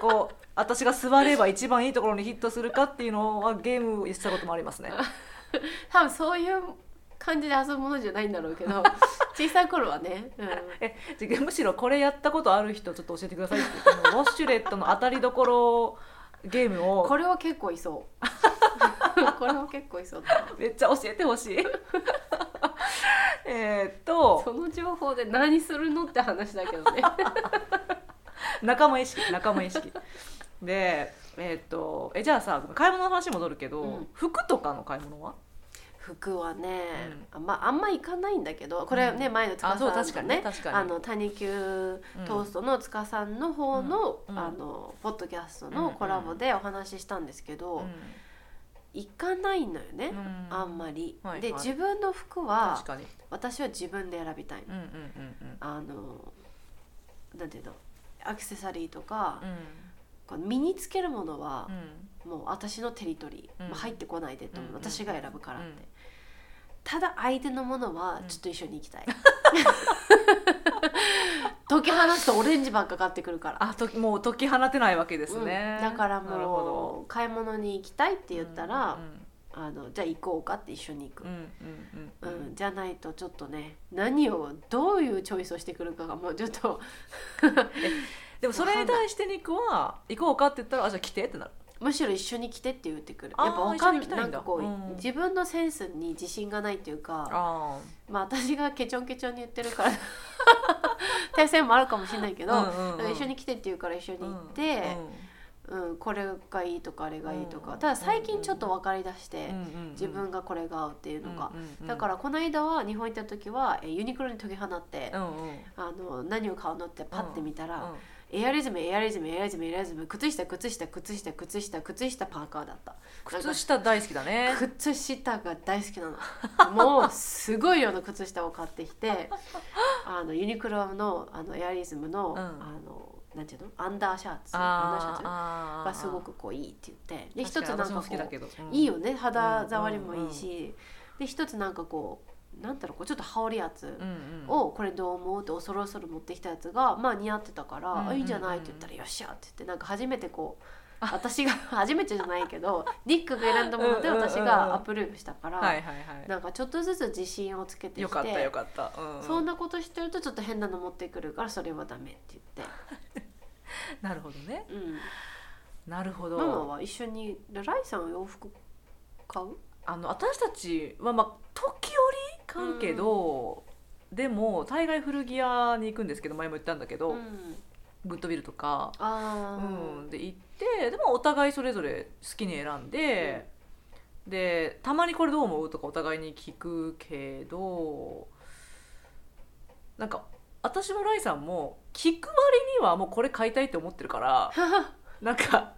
S1: こう私が座れば一番いいところにヒットするかっていうのはゲームをしたこともあり
S2: (laughs)
S1: ますね。
S2: 多分そういう感じで遊ぶものじゃないんだろう
S1: (laughs)
S2: けど小さい頃はね、うん、
S1: えじゃあむしろこれやったことある人ちょっと教えてくださいって言ってもウォシュレットの当たりどころゲームを
S2: これは結構いそう
S1: (laughs)
S2: これは結構いそうだな
S1: めっちゃ教えてほ
S2: (laughs)
S1: しい。えーっと
S2: その情報で何するのって話だけどね
S1: 仲間意識仲間意識でえーっとえじゃあさ買い物の話戻るけど、
S2: うん
S1: 服とかの買い物は
S2: (laughs) 服はね、あんまあんまいかないんだけどこれね、
S1: うん
S2: 前の塚
S1: あそう
S2: さん
S1: 確か
S2: と
S1: に
S2: ね
S1: 確かに
S2: あの谷久トーストの塚さんの方の,、
S1: うん
S2: あのポッドキャストのコラボでお話ししたんですけど、
S1: う
S2: 行かないのよね、
S1: ん
S2: あんまり。
S1: はい
S2: で
S1: はい
S2: 自分の服は
S1: 確かに
S2: 私は自分で選びたいの。
S1: うんうんうん
S2: あのなんていうのアクセサリーとか、
S1: うん
S2: こう身につけるものは
S1: う、ん
S2: もう私のテリトリー、
S1: うん
S2: もう入ってこないでと思う、
S1: うん
S2: 私が選ぶからって、
S1: うん
S2: ただ相手のものは
S1: うん
S2: ちょっと一緒に行きたい、解き放つとオレンジばっか買ってくるから
S1: あともう解き放てないわけですね、
S2: うんだから
S1: なるほ
S2: もう買い物に行きたいって
S1: ど
S2: 言ったら、
S1: うん
S2: あのじゃあ行こうかって一緒に行く、
S1: う
S2: うんん
S1: うんうんうん
S2: じゃないとちょっとね何をどういうチョイスをしてくるかがもうちょっと (laughs)
S1: でもそれに対してニックは行こうかって言ったらあじゃあ来てってなる
S2: むしろ一緒に来てって言ってくる
S1: あー
S2: やっぱわか
S1: 一
S2: ん
S1: 緒に来たい
S2: なん
S1: んだ
S2: かこう、
S1: うん
S2: 自分のセンスに自信がないっていうか
S1: あ
S2: まあ私がケチョンケチョンに言って
S1: (laughs)
S2: るから体勢もあるかもしれないけど、
S1: うんうんうん
S2: なんか一緒に来てって言うから一緒に行って、うん、これがいいとかあれがいいとか、
S1: うん
S2: ただ最近ちょっと分かりだして、
S1: うんうんうん
S2: 自分がこれが合うっていうのが、
S1: うんうんうん
S2: だからこの間は日本行った時はえーユニクロに解き放って、
S1: うんうん
S2: あの何を買うのってパッて見たら、
S1: うん
S2: エアリズムエアリズムエアリズムエアリズム靴下靴下靴下靴下靴下パーカーだった
S1: 靴下大好きだね
S2: 靴下が大好きなのもうすごい量の靴下を買ってき
S1: (laughs)
S2: てあのユニクロのあのエアリズムの,、
S1: うん
S2: あのなんていうのアンダーシャツアンダーシャ
S1: あ
S2: ツ
S1: ーあ
S2: が
S1: ー
S2: すごくこういいって言ってで
S1: 確か
S2: 一
S1: に
S2: つなんか
S1: 私
S2: こ
S1: も好きだ
S2: う
S1: けど、うん
S2: いいよね肌触りもいいし、で一つなんかこうなんだろうこうちょっと羽織るやつ
S1: うんうん
S2: をこれどう思うって恐る恐る持ってきたやつがまあ似合ってたから「
S1: うんうんうん
S2: あいいんじゃない?」って言ったら「よっしゃ」って言ってなんか初めてこう私が初めてじゃない
S1: (laughs)
S2: けどニックが選んだもので
S1: うんうんうんうん
S2: 私がアプローブしたから、
S1: はいはいは
S2: なんかちょっとずつ自信をつけ
S1: い
S2: てきて
S1: よかったよかった、うんうん
S2: そんなことしてるとちょっと変なの持ってくるからそれはダメって言っ
S1: なるほどね
S2: て、うん、
S1: なるほど
S2: ママは一緒にライさんは洋服買う
S1: あの私たちはまあ時折買うけど、でも大概古着屋に行くんですけど前も言ったんだけど、
S2: うん、
S1: グッドビルとか、う
S2: あー
S1: ん、で行ってでもお互いそれぞれ好きに選んで、でたまにこれどう思うとかお互いに聞くけどなんか私もライさんも聞く割にはもうこれ買いたいって思ってる (laughs) から。なんか、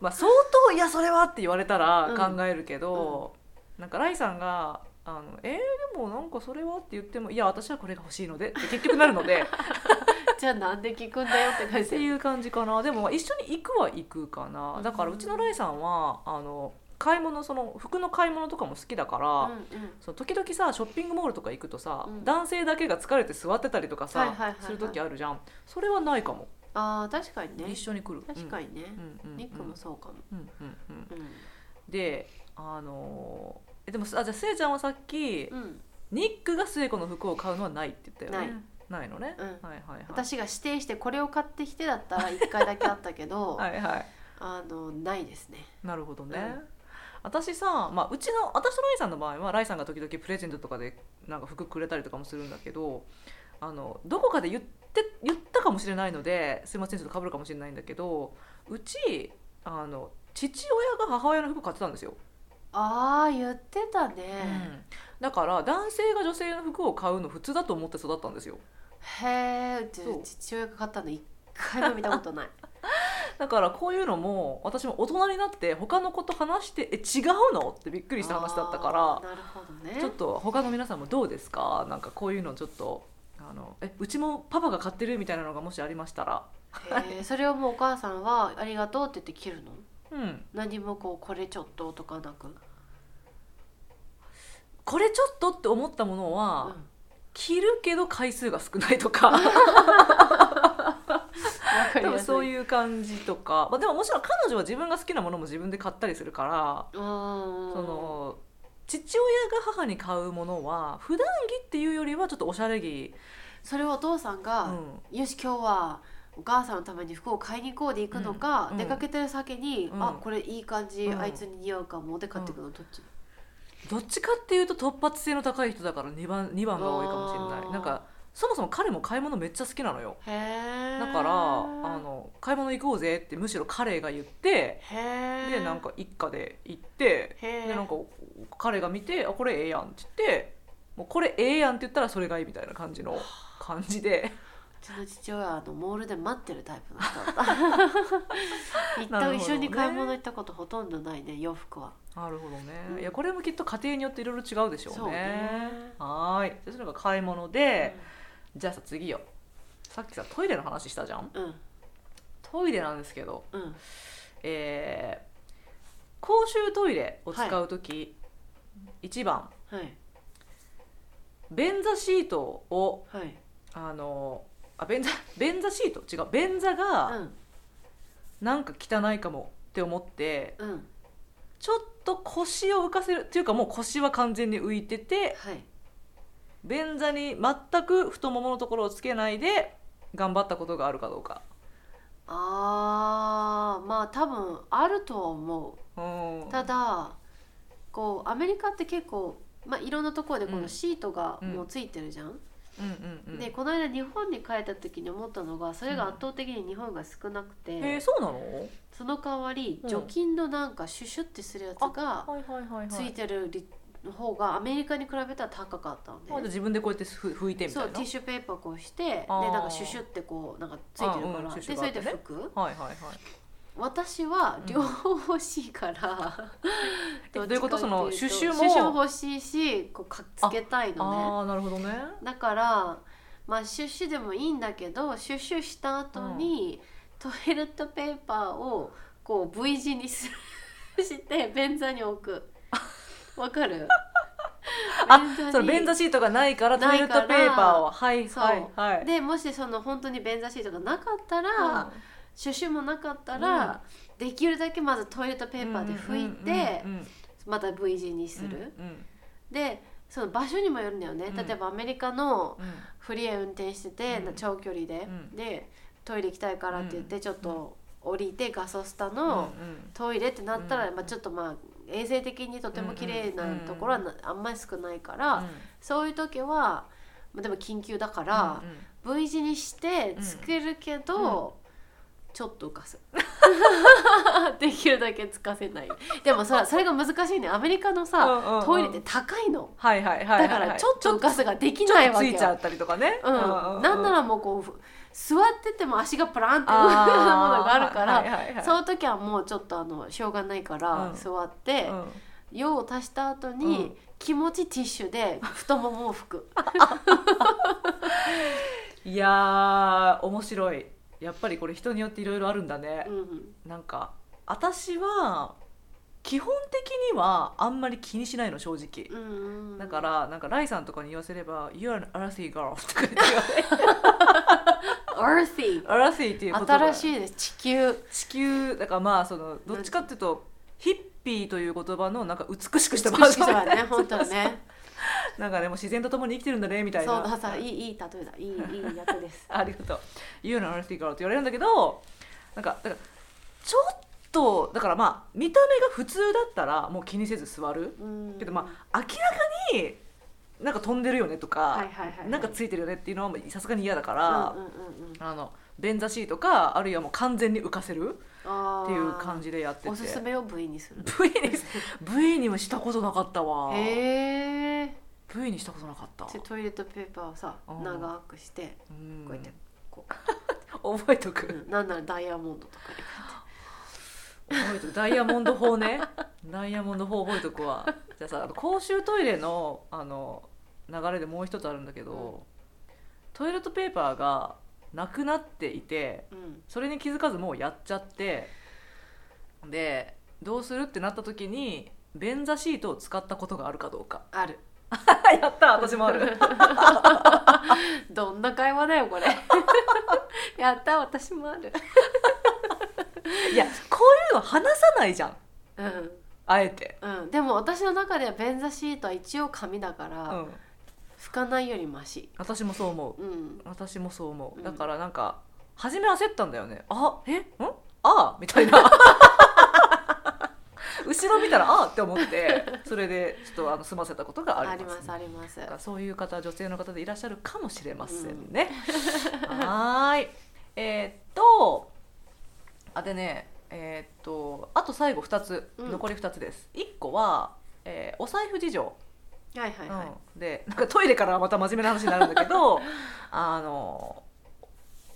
S1: まあ、相当「いやそれは」って言われたら
S2: うん
S1: 考えるけど、なんかライさんが「あのえー、でもなんかそれは?」って言っても「いや私はこれが欲しいので」って結局なるので
S2: じゃあなんで聞くんだよって感
S1: っ
S2: じ
S1: て
S2: で
S1: いう感じかなでも一緒に行くは行くかなだからうちのライさんはあの買い物その服の買い物とかも好きだから。
S2: うんうん
S1: その時々さショッピングモールとか行くとさ、
S2: うん
S1: 男性だけが疲れて座ってたりとかさ、
S2: はいはいはいはい
S1: する時あるじゃんそれはないかも、
S2: あー確かにね
S1: 一緒に来る
S2: 確かにね、
S1: に、うんうんうん
S2: ニックもそうかも、
S1: うんうんうん
S2: うん
S1: であのーえでもあじゃあスエちゃんはさっき、
S2: うん、
S1: ニックがスエ子の服を買うのはないって言ったよね
S2: ない
S1: ないのね、
S2: うん
S1: はいはいはい
S2: 私が指定してこれを買ってきてだったら1回だけあったけ
S1: (laughs)
S2: ど、
S1: はいはい
S2: あのないですね
S1: なるほどね、
S2: うん
S1: 私さ、まあ、うちの私とライさんの場合はライさんが時々プレゼントとかでなんか服くれたりとかもするんだけどあのどこかで言って言ったかもしれないのですいませんちょっとかぶるかもしれないんだけどうちあの父親が母親の服買ってたんですよ
S2: あー言ってたね、
S1: だから男性が女性の服を買うの普通だと思って育ったんですよ
S2: へえうち
S1: そう
S2: 父親が買ったの1回も見たこと
S1: (laughs)
S2: ない
S1: だからこういうのも私も大人になって他の子と話して「え違うの?」ってびっくりした話だった
S2: あー
S1: か
S2: なるほど
S1: ら
S2: ね
S1: ちょっと他の皆さんもどうですかなんかこういうのちょっとあのえうちもパパが買ってるみたいなのがもしありましたら
S2: へーそれをもうお母さんは「ありがとう」って言って切るの
S1: うん
S2: 何もこう「これちょっと」とかなく、
S1: これちょっとって思ったものは、
S2: うん
S1: 着るけど回数が少ないと
S2: (laughs)
S1: か
S2: わか
S1: 多
S2: りや
S1: 分
S2: すい
S1: そういう感じとか、まあ、でももちろん彼女は自分が好きなものも自分で買ったりするから
S2: うーん
S1: その父親が母に買うものは普段着っていうよりはちょっとおしゃれ着、
S2: それをお父さん
S1: う
S2: が、
S1: ん
S2: よし今日はお母さんのために服を買いに行こうで行くのか、
S1: うん
S2: 出かけてる先に、
S1: うん
S2: あこれいい感じ、
S1: うん
S2: あいつに似合うかもで買ってくのどっち、
S1: どっちかっていうと突発性の高い人だから2番 ,2 番が多いかもしれ
S2: あ
S1: な
S2: ー
S1: いなんかそもそも彼も買い物めっちゃ好きなのよ
S2: へえ
S1: だからあの買い物行こうぜってむしろ彼が言って
S2: へえ
S1: でなんか一家で行って
S2: へえ
S1: でなんか彼が見て「あこれええやん」って言って「もうこれええやん」って言ったらそれがいいみたいな感じの感じで
S2: うちの父親はあのモールで待ってるタイプの人だ
S1: (laughs)
S2: った一
S1: なるほど
S2: 旦
S1: ね
S2: 一緒に買い物行ったことほとんどないね洋服は
S1: なるほど
S2: うん
S1: ねいやこれもきっと家庭によっていろいろ違うでしょうね
S2: そうね
S1: はーいでそれが買い物で、じゃあさ次よさっきさトイレの話したじゃん
S2: うんうん
S1: トイレなんですけど
S2: うん
S1: えー公衆トイレを使う時、一1番
S2: はい
S1: 便座シートを
S2: はい
S1: あのあ便座 (laughs) 便座シート違う便座がなんか汚いかもって思って
S2: うんうん
S1: ちょっと腰を浮かせるっていうかもう腰は完全に浮いてて
S2: はい
S1: 便座に全く太もものところをつけないで頑張ったことがあるかどうか
S2: あーまあ多分あるとは思う
S1: うん
S2: ただこうアメリカって結構、まあ、いろんなところでこ
S1: う
S2: の
S1: ん
S2: シートが
S1: うん
S2: もうついてるじゃん、
S1: うんうんうん
S2: でこの間日本に帰った時に思ったのがそれが圧倒的に日本が少なくて、
S1: えー、そうなのはい
S2: その代わり
S1: うん
S2: 除菌のなんかシュシュってするやつが
S1: はいはい
S2: つ
S1: はいい
S2: てるり方がアメリカに比べたら高かったの
S1: あじゃあ
S2: で、
S1: 自分でこうやってふ拭いてみた
S2: そう
S1: いな
S2: ティッシュペーパーこうしてで
S1: あー
S2: なんかシュシュってこうなんかついてるか
S1: あーうん
S2: ら、
S1: シュシ
S2: で
S1: ュ
S2: そ
S1: があっ
S2: れ
S1: て
S2: で
S1: ね
S2: 拭く
S1: はいはいはい
S2: 私は
S1: うん
S2: 両方欲しい
S1: (laughs)
S2: から、
S1: え
S2: どっちかって
S1: どういうことそのシュシュも
S2: シュシュ欲しいしこうかっつけたいの
S1: ああなるほどね
S2: ねだからまあシュシュでもいいんだけどシュシュした後に、トイレットペーパーをこう V 字にするして便座に置
S1: (laughs)
S2: くわかる
S1: あ
S2: 便座に
S1: それ便座シートがないからトイレットペーパーをはい
S2: そう
S1: はいはい
S2: でもしその本当に便座シートがなかったら、シュシュもなかったら、できるだけまずトイレットペーパーで拭いて、
S1: うんうんうんうん
S2: また V 字にする、
S1: うん
S2: でその場所にもよるんだよね、
S1: うん
S2: 例えばアメリカの
S1: うん
S2: フリーへ運転してて、
S1: うん
S2: 長距離で、
S1: うん
S2: でトイレ行きたいからって言ってちょっと降りてガソスタ
S1: うん
S2: の
S1: うん
S2: トイレってなったら、
S1: うん
S2: まあ、ちょっとまあ衛生的にとても綺麗なところはなあんまり少ないから、
S1: うん
S2: そういう時は、まあ、でも緊急だから
S1: う、んうん
S2: V 字にして
S1: うん
S2: 作るけど、ちょっと浮かす (laughs) できるだけつかせないでもさそれが難しいねアメリカのさ、
S1: うんうんうん
S2: トイレって高いの
S1: はいはいはいはい
S2: だからちょっと浮かすができ
S1: ちょ
S2: な
S1: っ
S2: い
S1: と
S2: わ
S1: つ
S2: け
S1: いちゃ
S2: よ
S1: ったりとかね
S2: うん、なんならもうこうふ座ってても足がプランって浮く (laughs) ものがあるから、そ
S1: そう
S2: の時はもうちょっとあのしょうがないから
S1: うん
S2: 座って、
S1: ん
S2: 用を足した後に、
S1: うん
S2: 気持ちティッシュで太ももを拭く
S1: いやー面白いやっぱりこれ人によっていろいろあるんだね
S2: う、ん
S1: なんか私は基本的にはあんまり気にしないの正直、
S2: うんうん
S1: だからなんかライさんとかに言わせれば「You're an earthy girl」とか言って
S2: 「
S1: 「
S2: Earthy」
S1: earthy」っていう言葉
S2: 新し
S1: い
S2: いです地球
S1: 地球だからまあそのどっちかっていうとヒッピーという言葉のなんか美しく
S2: 美
S1: し
S2: したい
S1: バージョン (laughs)
S2: はね本当にね
S1: なんかでも自然と共に生きてるんだねみた
S2: そう
S1: いな
S2: ださいいいい例えだいいいい役です
S1: (laughs) ありがとう「You know earthy girl」って言われるんだけどなんかだからちょっとだからまあ見た目が普通だったらもう気にせず座る
S2: うん
S1: けどまあ明らかになんか飛んでるよねとか、
S2: はいはいはいはい
S1: なんかついてるよねっていうのはもうさすがに嫌だか
S2: あ
S1: ら、
S2: うんうんうんうん
S1: あの便座シートかあるいはもう完全に浮かせる
S2: あー
S1: っていう感じでやってて
S2: おすすめを部位にする
S1: V に V にもしたことなかったわ
S2: へえ
S1: V にしたことなかった
S2: トイレットペーパーをさ
S1: うん
S2: 長くして
S1: うん
S2: こうやってこ
S1: 覚えとく、
S2: う、うんなんならダイヤモンドとかに
S1: 覚えとくダイヤモンド法ねダイヤモンド法覚えとくわじゃあさあの公衆トイレのあの流れでもう一つあるんだけど、
S2: うん
S1: トイレットペーパーがなくなっていて
S2: うん
S1: それに気づかずもうやっちゃってでどうするってなった時に便座シートを使ったことがあるかどう
S2: (laughs)
S1: か
S2: ある
S1: やった私もあ (laughs)
S2: (laughs)
S1: る
S2: どんな会話だよこれ (laughs) やった私もある
S1: いやこういうの話さないじゃん
S2: うん
S1: あえて、
S2: うん、でも私の中では便座シートは一応紙だか
S1: う
S2: ら、
S1: ん、
S2: 拭かないよりマシ
S1: 私もそう思う
S2: うん
S1: 私もそう思
S2: う
S1: うんだからなんか初め焦ったんだよねあえんあみたいな (laughs) 後ろ見たらあって思ってそれでちょっとあの済ませたことが
S2: あ
S1: あり
S2: り
S1: ます
S2: ますあります
S1: なんかそういう方女性の方でいらっしゃるかもしれませんね、はーいえーっとあでねえーっとあと最後2つ
S2: うん
S1: 残り2つです、一1個は、えーお財布事情
S2: はいはいはい、
S1: うん、でなんかトイレからまた真面目な話になるんだけ
S2: (laughs)
S1: どあの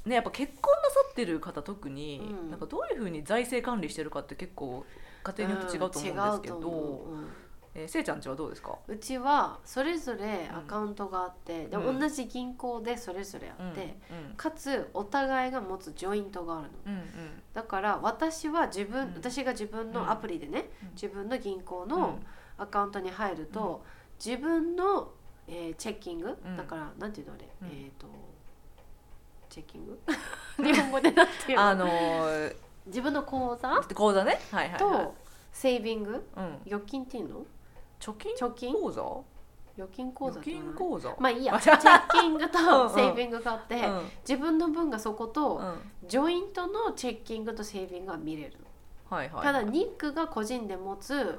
S1: ねやっぱ結婚なさってる方特に、
S2: うん
S1: なんかどういうふうに財政管理してるかって結構家庭によって違うと思うんですけ
S2: 違う
S1: ど、
S2: と思ううん
S1: えーせいちゃんちはどうですか
S2: うちはそれぞれアカウントがあって、で
S1: うん
S2: 同じ銀行でそれぞれあって、
S1: うん
S2: かつお互いが持つジョイントがあるの
S1: うんうん
S2: だから私は自分、
S1: うん
S2: 私が自分のアプリでね、
S1: うん
S2: 自分の銀行
S1: うん
S2: のアカウントに入ると、自分の、えーチェッキング、
S1: うん
S2: だからなんていうのあれ、
S1: うん
S2: えっ、とチェッキング (laughs) 日本語でなんていうの
S1: あのー
S2: 自分の口座
S1: 口座ねはいはい、は
S2: とセービング
S1: いうん、
S2: 預金っていうの
S1: 貯金
S2: 貯金
S1: 口座
S2: 預金口
S1: 預
S2: 座っていう
S1: 金
S2: の
S1: 口座、
S2: まあいいや (laughs) チ
S1: じゃ
S2: ェ
S1: あ
S2: ッキングと
S1: うんうん
S2: セービングがあって、
S1: うん
S2: 自分の分がそこ
S1: うん
S2: と
S1: はい
S2: ジョイントのチェッキングとセービングは見れるの、
S1: はい
S2: ただニックが個人で持つ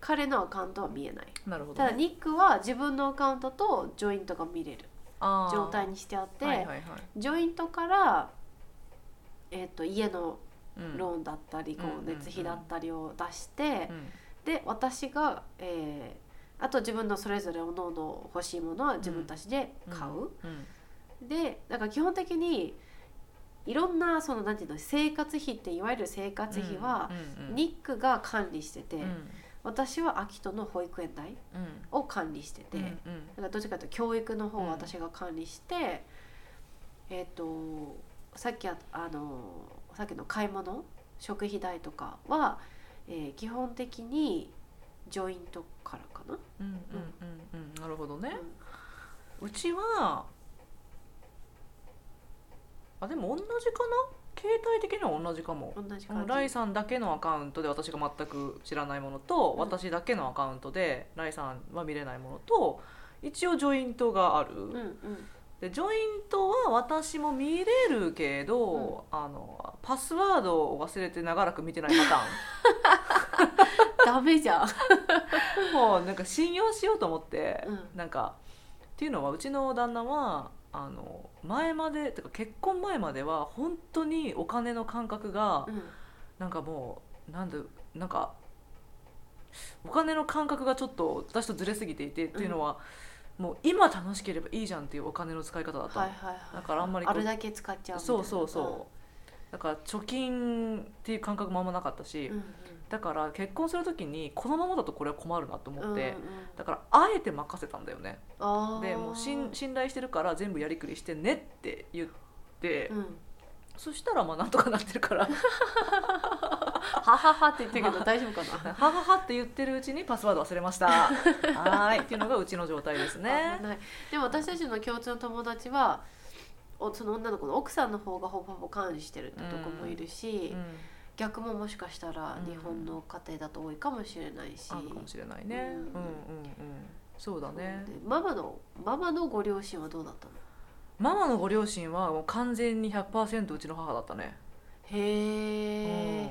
S2: 彼のアカウントは見えない
S1: なるほど
S2: ただ
S1: ね
S2: ニックは自分のアカウントとジョイントが見れる
S1: あー
S2: 状態にしてあって、
S1: はいはいはい
S2: ジョイントから、えー、と家の
S1: うん
S2: ローンだったり、こ
S1: うん
S2: う熱費だったりを出して、
S1: うん
S2: で私が、えーあと自分のそれぞれおのおの欲しいものは自分たちで買う、
S1: うん
S2: でなんか基本的にいろんなそのなんていうの生活費っていわゆる生活費は、
S1: うんうん
S2: ニックが管理してて、
S1: うん
S2: 私はアキトの保育園代
S1: うん
S2: を管理してて、
S1: うん
S2: なんかどっちかというと教育の方を私が管理して、えっ、とさっきああのさっきの買い物食費代とかは、えー基本的にジョイントからかな。
S1: うんうんうんうんなるほどね
S2: うん
S1: うちはあでも同じかな携帯的には同じかも
S2: 同じ
S1: この
S2: 感
S1: ライ
S2: じ。
S1: さんだけのアカウントで私が全く知らないものと、
S2: うん
S1: 私だけのアカウントでライさんは見れないものと一応ジョイントがある、
S2: うんうん
S1: でジョイントは私も見れるけど、あのパスワードを忘れて長らく見てないパ
S2: ダメじゃん。
S1: ターンもうなんか信用しようと思って、
S2: うん
S1: なんかっていうのはうちの旦那はあの前までてか結婚前までは本当にお金の感覚が、
S2: うん
S1: なんかもうなんだなんかお金の感覚がちょっと私とずれすぎていて、っていうのはもう今楽しければいいじゃんっていうお金の使い方だったの、
S2: はいはいはい。
S1: だからあんまりこ
S2: あ
S1: う
S2: れだけ使っちゃうみたい
S1: そ
S2: な。
S1: うそうそう、だから貯金っていう感覚もあんまなかったし、
S2: うん。うんうん
S1: だから結婚する時にこのままだとこれは困るなと思って、
S2: うんうん
S1: だからあえて任せたんだよね
S2: あー
S1: でもう信信頼してるから全部やりくりしてねって言って、
S2: うん
S1: そしたらまあなんとかなってる
S2: (laughs)
S1: から
S2: はははって言ってるけど (laughs) 大丈夫かな。
S1: はははって言ってるうちにパスワード忘れました。はーいっていうのがうちの状態ですね
S2: 危。ないでも私たちの共通の友達はおその女の子の奥さんの方がほぼほぼ管理してるってとこもいるし、
S1: うん
S2: 逆ももしかしたら
S1: うん
S2: 日本の家庭だと多いかもしれないし、
S1: あるかもしれないね。
S2: う
S1: うんんうんうん。そうだね。
S2: でママのママのご両親はどうだったの
S1: ママのご両親はもう完全に100%うちの母だったね。
S2: へえ、
S1: うん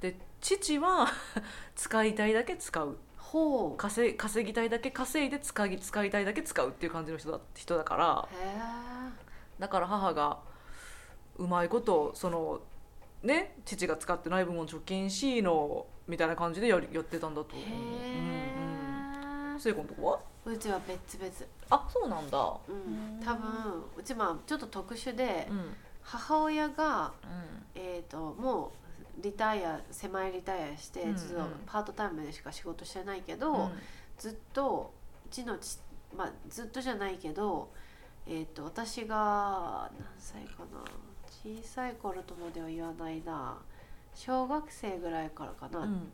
S1: で父は (laughs) 使いたいだけ使う
S2: ほう
S1: 稼い稼ぎたいだけ稼いで使い使いたいだけ使うっていう感じの人だ人だから
S2: へえ
S1: だから母がうまいことそのね父が使ってない部分を貯金しのみたいな感じでやりやってたんだと思う。うんうん、
S2: へ
S1: 聖子のとこは
S2: えうちは別々、
S1: あそうなんだ。
S2: うん、多分うちまあちょっと特殊で
S1: うんうん
S2: 母親がえー、ともうリタイア狭いリタイアして、
S1: うんうん
S2: ずっとパートタイムでしか仕事してないけど、
S1: うん
S2: ずっとうちのち、まあ、ずっとじゃないけど、えー、と私が何歳かな小さい頃とまでは言わないな小学生ぐらいからかな、
S1: うん
S2: うん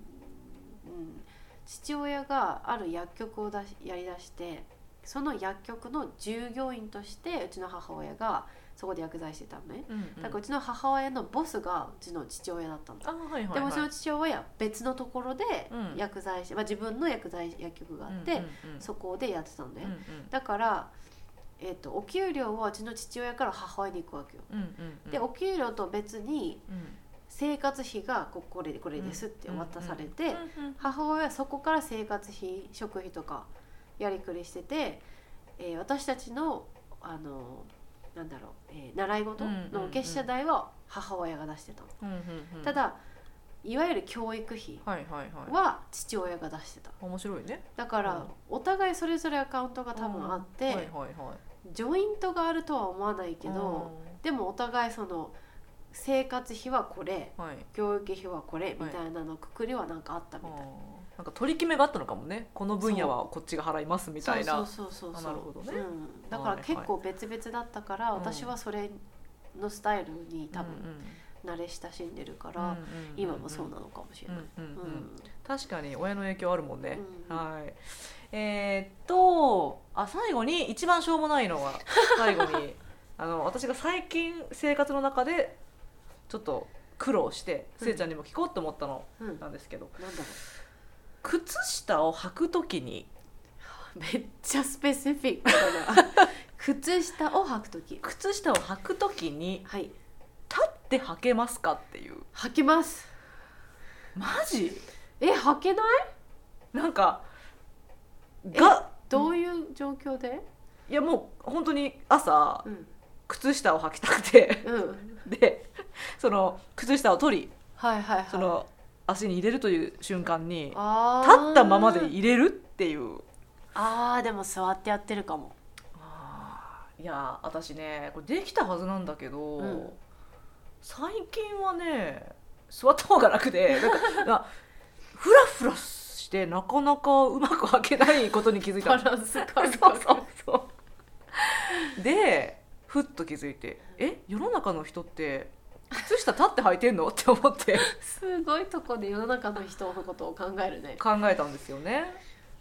S2: 父親がある薬局をだしやりだしてその薬局の従業員としてうちの母親がそこで薬剤してたのね。
S1: うん
S2: だからうちの母親のボスがうちの父親だったんだ、
S1: あはいはいはい。
S2: でもうちの父親は別のところで
S1: うん
S2: 薬剤師、まあ、自分の薬剤薬局があって、
S1: うんうん
S2: そこでやってたのね、
S1: うん
S2: だから、えー、とお給料はうちの父親から母親に行くわけよ、
S1: うんうんうん
S2: でお給料と別に
S1: うん
S2: 生活費がここれこれですって渡されて、
S1: うんうん
S2: 母親はそこから生活費食費とかやりくりしてて、えー私たちのあのなんだろう、えー習い事
S1: うんうんうん
S2: の月謝代は母親が出してたの、
S1: うんうんうん
S2: ただいわゆる教育費
S1: はいはいはい。
S2: は父親が出してた
S1: 面白いね。
S2: だから、
S1: うん
S2: お互いそれぞれアカウントが多分あって、
S1: うんはいはいはい。
S2: ジョイントがあるとは思わないけど、でもお互いその生活費はこれ
S1: うんはい。
S2: 教育費はこれ
S1: い
S2: みたいなのくくりはなんかあったみ
S1: あ
S2: たい、
S1: ーなんか取り決めがあったのかもね。この分野はこっちが払いますみたいな。
S2: そうそうそうそう
S1: あなるほどね
S2: うん、だから結構別々だったから、
S1: いはい
S2: 私はそれのスタイルに多
S1: うんう
S2: 分
S1: ん
S2: 慣れ親しんでるから、
S1: うんうんうんうん
S2: 今もそうなのかもしれ
S1: う
S2: ない、
S1: んうん
S2: う
S1: うんん。確かに親の影響あるもんね。
S2: うん
S1: はい。えーっと、あ、最後に一番しょうもないの
S2: (laughs)
S1: は、最後に。あの、私が最近生活の中で。ちょっと苦労して、
S2: うん
S1: せいちゃんにも聞こうと思ったの、
S2: うんなんだ
S1: なんですけど。
S2: ろ
S1: 靴下を履くときに、
S2: うめっちゃスペシフィック (laughs) だな靴下を履く時
S1: 靴下を履くときに、
S2: はい
S1: 立って履けますかっていう。
S2: 履きます
S1: マジ。
S2: え履けない
S1: なんか。が。
S2: どういう状況で、
S1: いやもう本当に朝
S2: うん
S1: 靴下を履きたくて
S2: うん
S1: でその靴下を取り
S2: はいはいはい
S1: その足に入れるという瞬間に立
S2: あー
S1: ったままで入れるっていう
S2: あーでも座ってやってるかも
S1: あーいやー私ねこれできたはずなんだけど、
S2: うん
S1: 最近はね座った方が楽で
S2: (laughs)
S1: なんかなフラフラしてなかなかうまく開けないことに気づいた
S2: バ
S1: の
S2: ランス
S1: そ
S2: 感
S1: う
S2: 覚
S1: そうそうでふっと気づいてえ世の中の人って靴下立って履いてんのって思って
S2: すごいとこで世の中の人のことを考えるね
S1: 考えたんですよね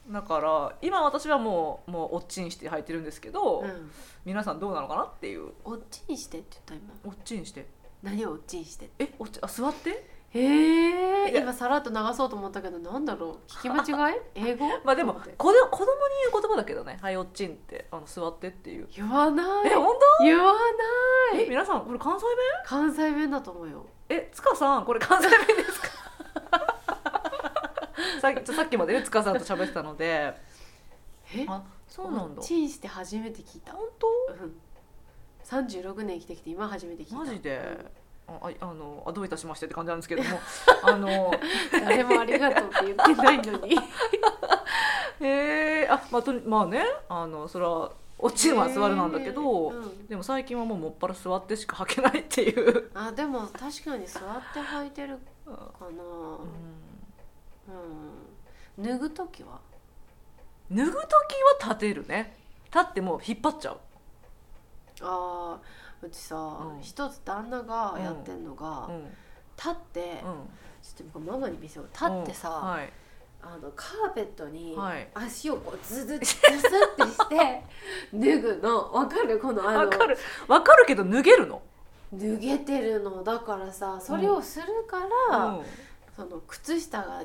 S1: だから今私はもうもうおっちんして履いてるんですけど、
S2: うん
S1: 皆さんどうなのかなっていう
S2: おっちにしてって言った今
S1: おっちんして
S2: 何をおっちにしてって
S1: えおちあ座って
S2: へ
S1: いや
S2: え今さらっと流そうと思ったけどなんだろう聞き間 (laughs) 違い英語
S1: まあでも子ど子供に言う言葉だけどね「はいおっちん」ってあの座ってっていう
S2: 言わない
S1: え本
S2: 言わ
S1: 当
S2: な
S1: え
S2: い
S1: 皆さんこれ関西
S2: 関西弁だと思うよ
S1: 弁え塚さんこれ関西弁ですか (laughs) さっきさっきまでね塚さんと喋ってたので
S2: え
S1: あそうなんだ
S2: チンして初めて聞いた
S1: 本当
S2: うん36年生きてきて今初めて聞いた
S1: マジで
S2: うん
S1: あああのあどういたしましてって感じなんですけども (laughs) あの
S2: 誰もありがとうって言ってないのに
S1: えー、あまあとにまあねあのそれはおちんは座るなんだけど、
S2: へーうん
S1: でも最近はもうもっぱら座ってしか履けないっていう、
S2: あでも確かに座って履いてるかな
S1: うん
S2: うん脱ぐ時は
S1: 脱ぐ時は立てるね立ってもう引っ張っちゃう
S2: あーうちさ
S1: うん
S2: 一つ旦那がやってんのが
S1: うん
S2: 立って
S1: うん
S2: ちょっとママに見せよう立ってさ、
S1: うんはい
S2: あのカーペットに
S1: はい
S2: 足をこうズズズズって
S1: (laughs)
S2: して脱ぐのわかるこのあ
S1: わ
S2: の
S1: かるわかるけど脱げるの
S2: 脱げてるのだからさそれをするから、
S1: うん
S2: その靴下が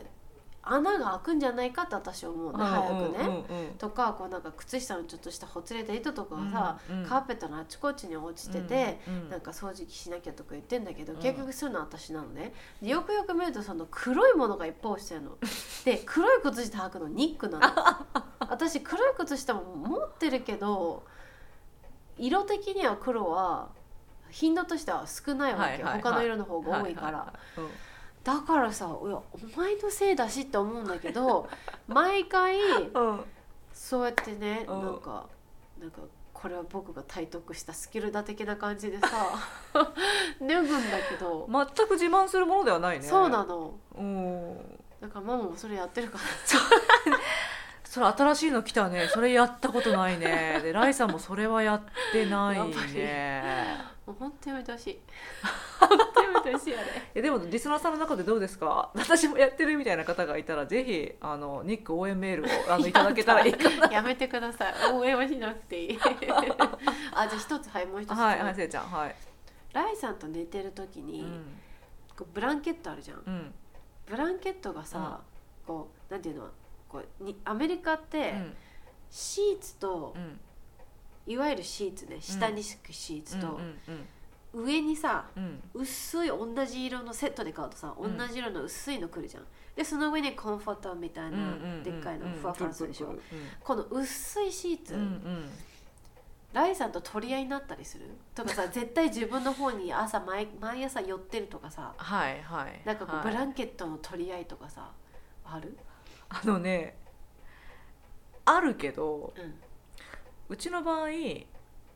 S2: 穴が開くんじゃないかって私は思うね、早くね。
S1: うんうん
S2: とかこうなんか靴下のちょっとしたほつれた糸とかがさ、
S1: うんうん
S2: カーペットのあちこちに落ちてて、
S1: うんうん
S2: なんか掃除機しなきゃとか言ってんだけど、
S1: うん
S2: 結局そういうのは私なのねでよくよく見るとその黒いものがいっぱい落ちてるので黒い靴下履くのニックなの
S1: (laughs)
S2: 私黒い靴下も持ってるけど色的には黒は頻度としては少ないわ
S1: は
S2: けよ、
S1: いはいはい
S2: 他の色の方が多いから、
S1: はいはい
S2: だからさいやお前のせいだしって思うんだけ
S1: (laughs)
S2: ど毎回
S1: うんうん
S2: そうやってね
S1: うん
S2: なんかなんかこれは僕が体得したスキルだ的な感じ (laughs) でさ脱ぐんだけど、
S1: 全く自慢するものではないね
S2: そうなの
S1: うん
S2: だからママもそれやってるから
S1: それ新しいの来たねそれやったことないねでライさんもそれはやってない
S2: やっぱり
S1: ね
S2: もう本当やめて (laughs) ほしい本当やめてほしいあれ
S1: えでもリスナーさんの中でどうですか私もやってるみたいな方がいたらぜひあのニック応援メールをあのいただけたら
S2: (laughs)
S1: いいか
S2: やめてください応援はしなくて (laughs) いいあじゃあ一つはいもう一つ、
S1: なはいはいせいちゃんはい、
S2: ライさんと寝てる時に、
S1: うん
S2: こうブランケットあるじゃん
S1: うん
S2: ブランケットがさ、こうなんていうのこうにアメリカっ
S1: う
S2: て
S1: ん
S2: シーツと
S1: う、ん
S2: いわゆるシーツね下に敷くシーツと
S1: う、んうん
S2: 上にさ
S1: うん
S2: 薄い同じ色のセットで買うとさ同
S1: うん
S2: じ色の薄いのくるじゃんでその上にコンフォーターみたい
S1: うんう
S2: なん
S1: うん
S2: でっかいの
S1: うん
S2: ふわふわするでしょ、
S1: うん
S2: この薄いシーツ、
S1: うんうん
S2: ライさんと取り合いになったりすると
S1: (laughs)
S2: かさ絶対自分の方に朝毎毎朝寄ってるとかさ
S1: はいはい
S2: なんかこう、
S1: はい
S2: ブランケットの取り合いとかさある、
S1: あのねあるけど
S2: うん、
S1: うちの場合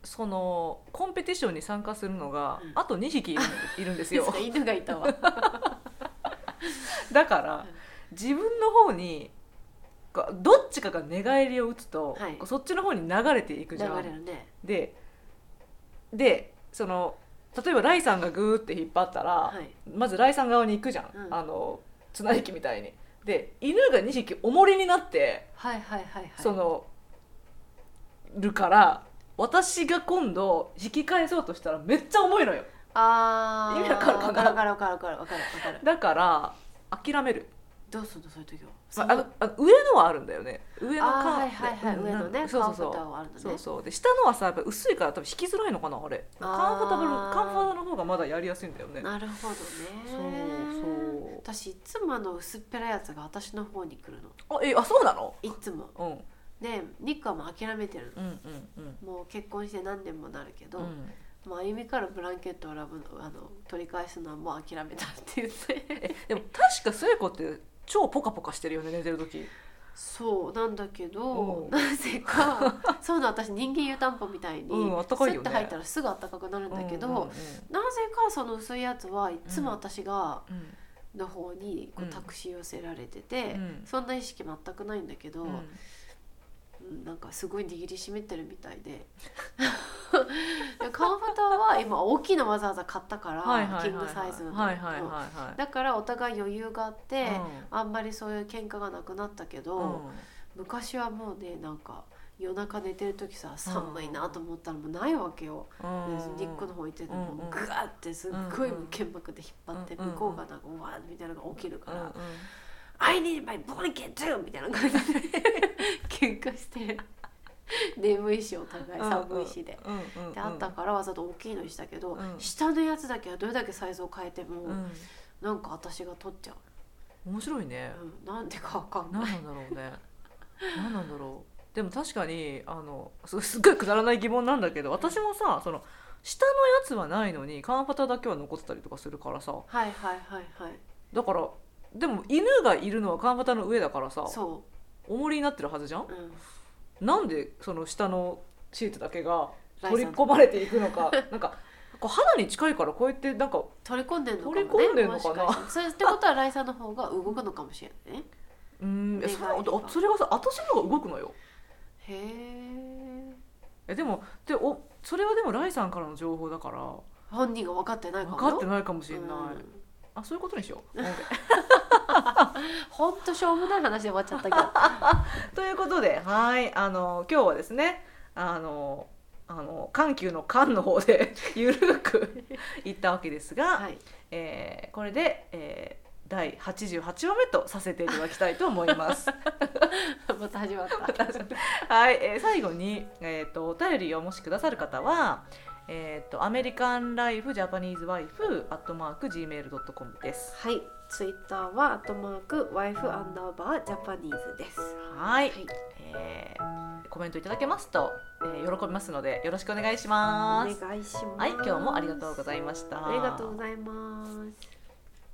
S1: そのコンペティションに参加するのが、
S2: うん
S1: あと2匹いるいるんです
S2: (laughs) いつ
S1: よ
S2: か犬がいたわ
S1: だから自分の方にこうどっちかが寝返りを打つと、
S2: はい
S1: こうそっちの方に流れていく (laughs)
S2: 流
S1: じゃ
S2: れ
S1: ん。
S2: るね
S1: ででその例えばライさんがグーって引っ張ったら、
S2: はい
S1: まずライさん側に行くじゃん、
S2: うん
S1: あの綱引きみたいに。で犬が2匹重りになって、
S2: はいはいはいはい
S1: そのるから私が今度引き返そうとしたらめっちゃ重いのよ
S2: あー
S1: 意味わかるかな
S2: わかるわかるわかるわかるわかるわかる
S1: だから諦める、
S2: どうすんのそういう時は
S1: ま
S2: そ
S1: あ、あ
S2: の
S1: のあの上のはあるんだよね上の
S2: あー
S1: カ
S2: はい
S1: ー
S2: はいはい
S1: うん
S2: 上のね
S1: そうそう
S2: カー
S1: そ
S2: ペッ
S1: う
S2: トはあるのね
S1: そうそうで下のはさやっぱ薄いから多分引きづらいのかなあれカ
S2: あー
S1: ンフォータブルカンフォータブルの方がまだやりやすいんだよね
S2: なるほどね
S1: そうそう
S2: 私いつもあの薄っぺらいやつが私の方に来るの
S1: あえあそうなの
S2: いつも
S1: うん
S2: でニックはもう諦めてる
S1: うんうんうん
S2: のもう結婚して何年もなるけど、
S1: うん
S2: まあ、歩みからブランケットを選ぶのあの取り返すのはもう諦めたって言
S1: (laughs)
S2: って
S1: えでも確か聖子って超ポカポカしてるよね寝てる時
S2: そうなんだけ
S1: う
S2: ど
S1: ん
S2: なぜかそういうの私人間湯たんぽみたいに、
S1: うんあったかいよね
S2: スッて入ったらすぐあったかくなるんだけど、
S1: うんうんうん
S2: なぜかその薄いやつはいつも私が
S1: うん
S2: の方にこう
S1: うん
S2: タクシー寄せられてて、
S1: うん
S2: そんな意識全くないんだけど、
S1: うん
S2: うんなんかすごい握りしめてるみたいで (laughs) でカンファターは今大きいのわざわざ買ったから、
S1: はいはいはいはい
S2: キングサイズの、
S1: はいはいはいはい
S2: だからお互い余裕があって、
S1: うん
S2: あんまりそういう喧嘩がなくなったけど、昔はもうねなんか夜中寝てる時さ寒いなと思ったらもうないわけよ、
S1: うん
S2: でニックの方行ってても
S1: うんうん
S2: うグワってすっごい
S1: うんうん
S2: 剣幕で引っ張って
S1: うんうん
S2: 向こうがなんかうわーみたいなのが起きる
S1: う
S2: か
S1: んうん
S2: ら「I need my blanket too!」みたいな感じで喧嘩して眠いしお互い寒いしで。
S1: うんうんうん
S2: であったからわざと大きいのにしたけど、
S1: うん
S2: 下のやつだけはどれだけサイズを変えても、
S1: うん
S2: なんか私が取っちゃう
S1: 面白いね
S2: うんなんでかわかんない。
S1: 何なんだろうね何なんだろうでも確かにあのす (laughs) すっごいくだらない疑問なんだけど私もさその下のやつはないのにカンパタだけは残ってたりとかするからさ
S2: はいはいはいはい。
S1: だからでも犬がいるのはカンパタの上だからさ
S2: そ
S1: 重りになってるはずじゃん
S2: う。うん。
S1: なんでその下のシートだけが取り込まれていくの
S2: (laughs)
S1: かなんかこう肌に近いからこうやってなんか
S2: 取り込んでんのかもね。
S1: 取り込んでんのかな
S2: もししてそれってことはライさんの方が動くのかもしれないね。
S1: うーんえそれ
S2: 目がいいか
S1: あそれがさ私の方が動くのよ
S2: へえ。
S1: えでもでおそれはでもライさんからの情報だから
S2: 本人が分かってないか
S1: 分
S2: も
S1: かって
S2: な
S1: ないかもしれない、あそういうことにしよ
S2: (laughs)
S1: う
S2: 本当しょうもない話で終わっちゃったけ
S1: (laughs) と
S2: ど。
S1: いうことではいあの今日はですねあのあの緩急の緩の方で (laughs) ゆるくいったわけですが、
S2: はい。
S1: えーこれで、えー第88話目とさせていただきたいと思います。
S2: また始まった。
S1: はい、えー最後に、えー、とお便りをもしくださる方は、えー、とアメリカンライフジャパニーズワイフアットマーク Gmail.com です。
S2: はい。ツイッターはアットマークワイフアンダーバージャパニーズです。
S1: はい、
S2: はい。
S1: えーコメントいただけますと、えー喜びますのでよろしくお願いし
S2: お
S1: ます。
S2: 願いします。
S1: はい、今日もありがとうございました。
S2: ありがとうございます。